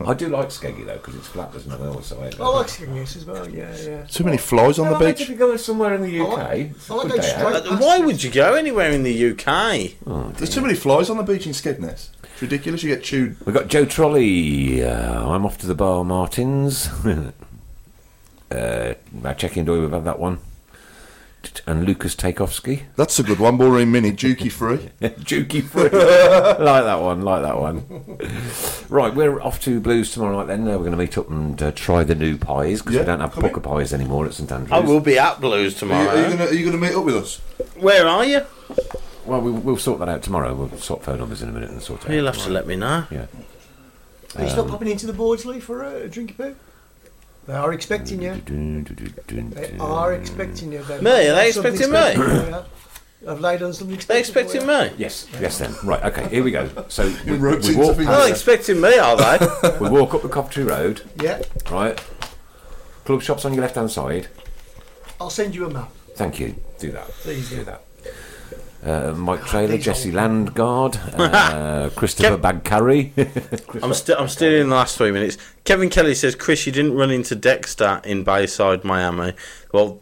B: I do like Skeggy though because it's flat, doesn't it? Oh, I always say it.
D: I like singing this as well. Yeah, yeah.
C: Too many flies on the
B: I like if
C: beach.
B: you go somewhere in the
D: I
B: UK.
D: like-
B: it's a
D: I like
B: good
D: going
B: day eh? out.
D: straight-
E: Uh, Why would you go anywhere in the UK?
C: There's too many flies on the beach in Skegness. It's ridiculous. You get chewed.
B: We've got Joe Trolley. Uh, I'm off to the bar, [laughs] Martins. uh, our check-in door, we've had that one. and Lucas [laughs] Takeovsky.
C: That's a good one. Ballroom Mini, Juki [laughs] free.
B: Juki free. like that one, like that one. right, we're off to Blues tomorrow night then. Uh, We're going to meet up and uh, try the new pies because
C: Yeah,
B: we don't have
C: come in.
B: Booker pies anymore at St Andrews.
E: I will be at Blues
C: Are you,
E: tomorrow.
C: are you gonna are you gonna meet up with us?
E: Where are you?
B: Well, we, we'll sort that out tomorrow. We'll sort phone numbers in a minute and sort it out.
E: You'll have to let me know.
B: Yeah.
D: Are you
E: Um,
D: still popping into the Bordsley for uh, a, a drinky poo? They are expecting you. They are expecting you. They've-
E: Me? Are they
D: something
E: expecting me?
D: special. Yeah. I've laid on something.
E: They
D: special for
E: expecting
D: you.
E: me?
B: Yes, yes then. Right, okay, here we go. So we,
C: roped
B: we,
C: into
B: walk
C: being-
E: They're not
B: past,
E: expecting me, are they? [laughs]
B: we walk up the Coventry Road,
D: Yeah,
B: right? Club shop's on your left hand side.
D: I'll send you a map.
B: Thank you. Do that.
D: Please do.
B: do that. Uh, Mike Traylor,
D: these
B: Jesse Landguard, uh, Christopher Bagcarry.
E: I'm still I'm still in the last three minutes. Kevin Kelly says, Chris, you didn't run into Dexter in Bayside, Miami. Well,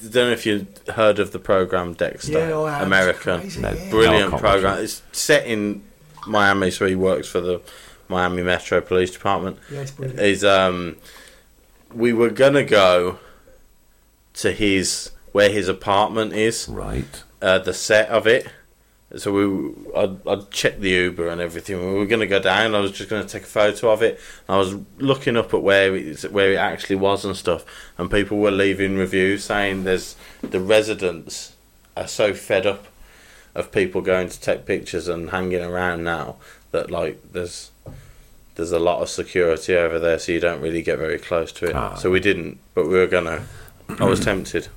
E: I don't know if you heard of the program Dexter,
D: Yeah, I have.
E: American,
D: It's crazy, No. yeah.
B: No, I
E: brilliant
B: can't watch
E: program. It's set in Miami, so he works for the Miami Metro Police Department.
D: Yeah, it's brilliant.
E: Is um, we were gonna go to his where his apartment is
B: right.
E: uh, the set of it. So we, I'd, I'd checked the Uber and everything. We were going to go down. I was just going to take a photo of it. I was looking up at where it, where it actually was and stuff. And people were leaving reviews saying there's the residents are so fed up of people going to take pictures and hanging around now that like there's there's a lot of security over there, so you don't really get very close to it.
B: Ah.
E: So we didn't, but we were gonna. I was tempted.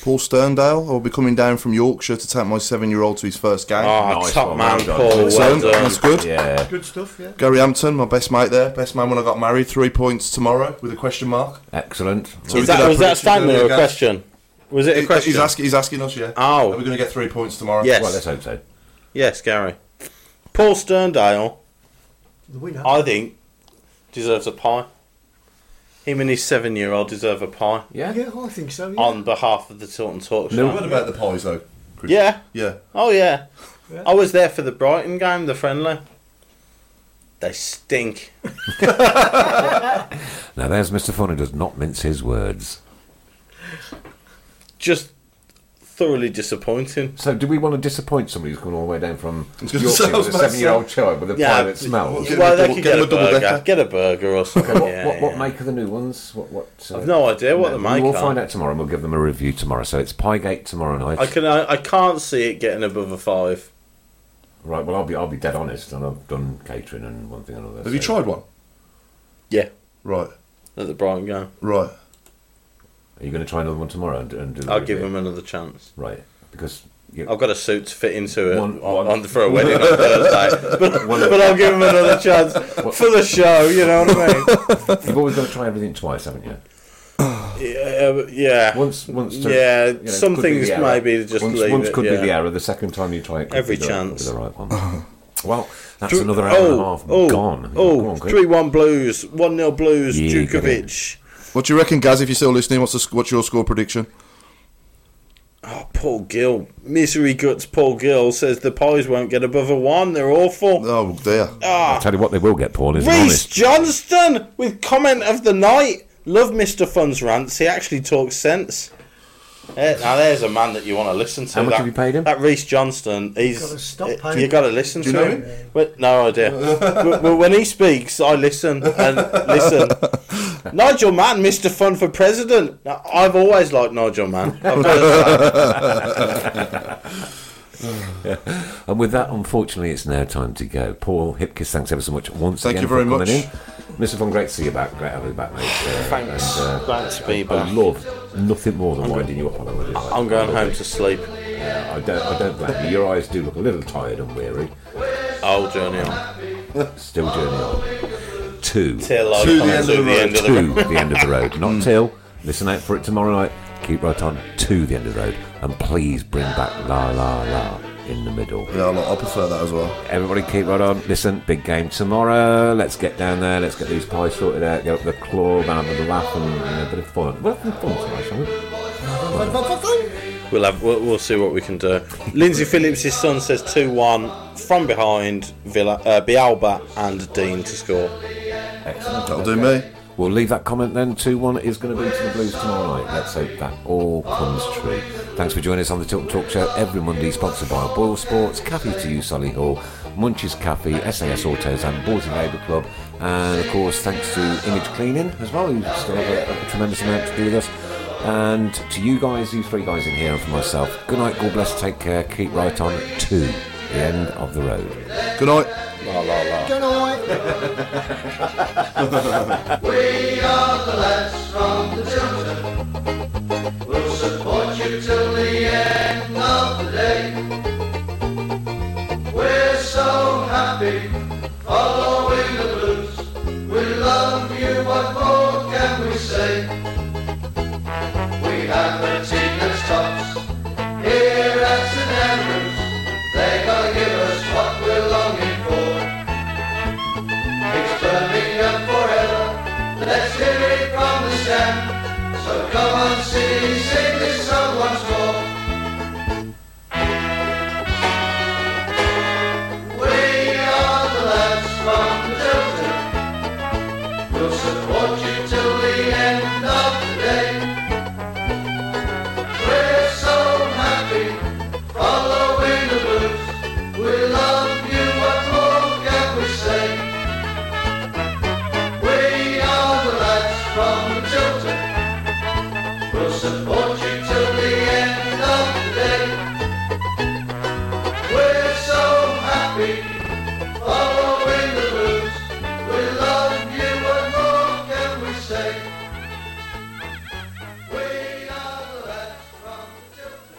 C: Paul Sterndale. I'll be coming down from Yorkshire to take my seven-year-old to his first game.
E: Oh,
B: Nice
E: top
B: one, well
E: man,
B: done.
E: Paul. Well
C: Excellent.
E: done.
C: That's good.
B: Yeah.
D: Good stuff. Yeah.
C: Gary Hampton, my best mate there, best man when I got married. Three points tomorrow with a question mark.
B: Excellent.
C: So
E: Is
C: we did
E: that,
C: our
E: was that a
C: prediction
E: statement or a
C: earlier, guys.
E: question? Was it a
C: He-
E: question?
C: He's, ask, he's asking us, yeah.
E: Oh.
C: Are we going to get three points tomorrow?
E: Yes.
B: well, let's hope so.
E: yes, Gary. Paul Sterndale,
D: The winner.
E: I think, deserves a pie. Him and his seven-year-old deserve a pie
B: Yeah.
D: yeah, I think so. Yeah.
E: on behalf of the Tilton Talk
C: You
E: Show.
C: heard about the pies, though. Chris?
E: Yeah.
C: Yeah.
E: Oh yeah.
D: Yeah.
E: I was there for the Brighton game, the friendly. They stink.
B: Now, there's Mr. Fun who does not mince his words.
E: Just thoroughly disappointing.
B: So, do we want to disappoint somebody who's come all the way down from
C: was gonna say,
B: Yorkshire
C: I was
B: with a
C: about to
B: seven-year-old
C: say.
B: child with a pie that smells?
C: Get him
E: well,
C: a
E: they
C: double-
E: could
C: get
E: get,
C: him
E: a,
C: a double
E: burger.
C: decker.
E: Get a burger or something.
B: what,
E: yeah,
B: what, what
E: yeah.
B: make are the new ones? What? what uh,
E: I've no idea what they make
B: We'll
E: are.
B: find out tomorrow, and we'll give them a review tomorrow. So it's Piegate tomorrow night.
E: I can. I, I can't see it getting above a five.
B: Right. Well, I'll be I'll be dead honest, and I've done catering and one thing and another.
C: Have you
B: so-
C: tried one?
E: Yeah.
C: Right.
E: At the Brighton game.
C: Right.
B: Are you going to try another one tomorrow and, and do? the
E: I'll
B: review?
E: give him another chance.
B: Right, because you,
E: I've got a suit to fit into it
B: One-
E: on,
B: one-
E: on for a
B: [laughs]
E: wedding on Thursday, but, but I'll give him another chance for the show. You know what I mean?
B: [laughs] you've always got to try everything twice, haven't you?
E: yeah, but- yeah.
B: Once, once. To,
E: Yeah,
B: you know,
E: some
B: could be
E: things
B: the error.
E: maybe just
B: once,
E: leave
B: once
E: it,
B: could
E: yeah.
B: be the error. The second time you try it, could
E: Every
B: be the,
E: chance.
B: could be the right
E: [laughs]
B: one. well, that's
E: Dr-
B: another hour and a half gone. Yeah, go
E: Oh,
B: on, quick.
E: three one Blues, one 0 Blues,
B: Yeah, get in.
E: Djukovic.
C: What do you reckon, Gaz, if you're still listening? What's, the, sc- what's your score prediction?
E: Oh, Paul Gill, misery guts. Paul Gill says the pies won't get above a one. They're awful.
C: Oh, dear.
E: Uh,
B: I'll tell you what, they will get Paul is an
E: Reese
B: honest.
E: Johnston with comment of the night. Love Mr. Fun's rants. He actually talks sense. Eh, now there's a man that you want to listen to.
B: How much
E: that,
B: have you paid him?
E: That Reese Johnston. He's
D: Gotta stop
E: eh,
D: paying
E: you got to listen
C: you
E: to
C: know
E: him. Well, no idea. but, but when he speaks, I listen and listen. Nigel Mann, Mr. Fun for president. Now, I've always liked Nigel Mann. I've got to say.
B: And with that, unfortunately, it's now time to go. Paul Hipkiss, thanks ever so much once
C: Thank
B: again
C: you very
B: for coming
C: much.
B: in. Mr. Von, great to see you back. Great to have you back, mate. Uh,
E: Thanks.
B: and, uh,
E: Glad to be
B: I
E: back.
B: love nothing more than winding you up on a holiday. like
E: I'm
B: that.
E: going home to sleep.
B: I don't, I don't blame you. Your eyes do look a little tired and weary.
E: I'll journey on.
B: Still journey on. Two.
E: Till I
C: To the
E: come
C: end of
E: to
C: the
E: the
C: road.
E: end of the Hmm.
B: to the end of the road. Not till. Listen out for it tomorrow night. Keep right on to the end of the road. And please bring back La La La in the middle.
C: Yeah, I I prefer that as well.
B: Everybody keep right on. Listen, big game tomorrow. Let's get down there. Let's get these pies sorted out. Get up the club and have a laugh and uh, a bit of fun. We'll have some fun tonight, shall we?
E: We'll have. We'll, we'll see what we can do. Lindsay Phillips' son says two one from behind Villa, uh, Bialba and Dean to score.
B: Excellent.
C: That'll do me.
B: We'll leave that comment then. 2 1 is going to be to the Blues tomorrow night. Let's hope that all comes true. Thanks for joining us on the Tilton Talk Show every Monday, sponsored by Boyle Sports, Cafe to You, Solihull, Munch's Cafe, SAS Autos, and Boarding Labour Club. And of course, thanks to Image Cleaning as well, who still have a, a tremendous amount to do with us. And to you guys, you three guys in here, and for myself, good night, God bless, take care, keep right on to the end of the road.
C: Good night.
D: Good night.
A: We are the lads from the Tilton. We'll support you till the end of the day. We're so happy following the blues. We love you, what more can we say? We have a team that's tops here at St Andrews. They're gonna give us what we're longing for. It's Birmingham forever. Let's hear it from the stand. So come on, city, sing this song once more. We are the lads from the Delta. We'll support you till the end of the day. We're so happy following the blues. We love you, what more can we say? We are the lads from Tilton. We'll support you till the end of the day. We're so happy following the blues. We love you, what more can we say? We are the lads from Tilton.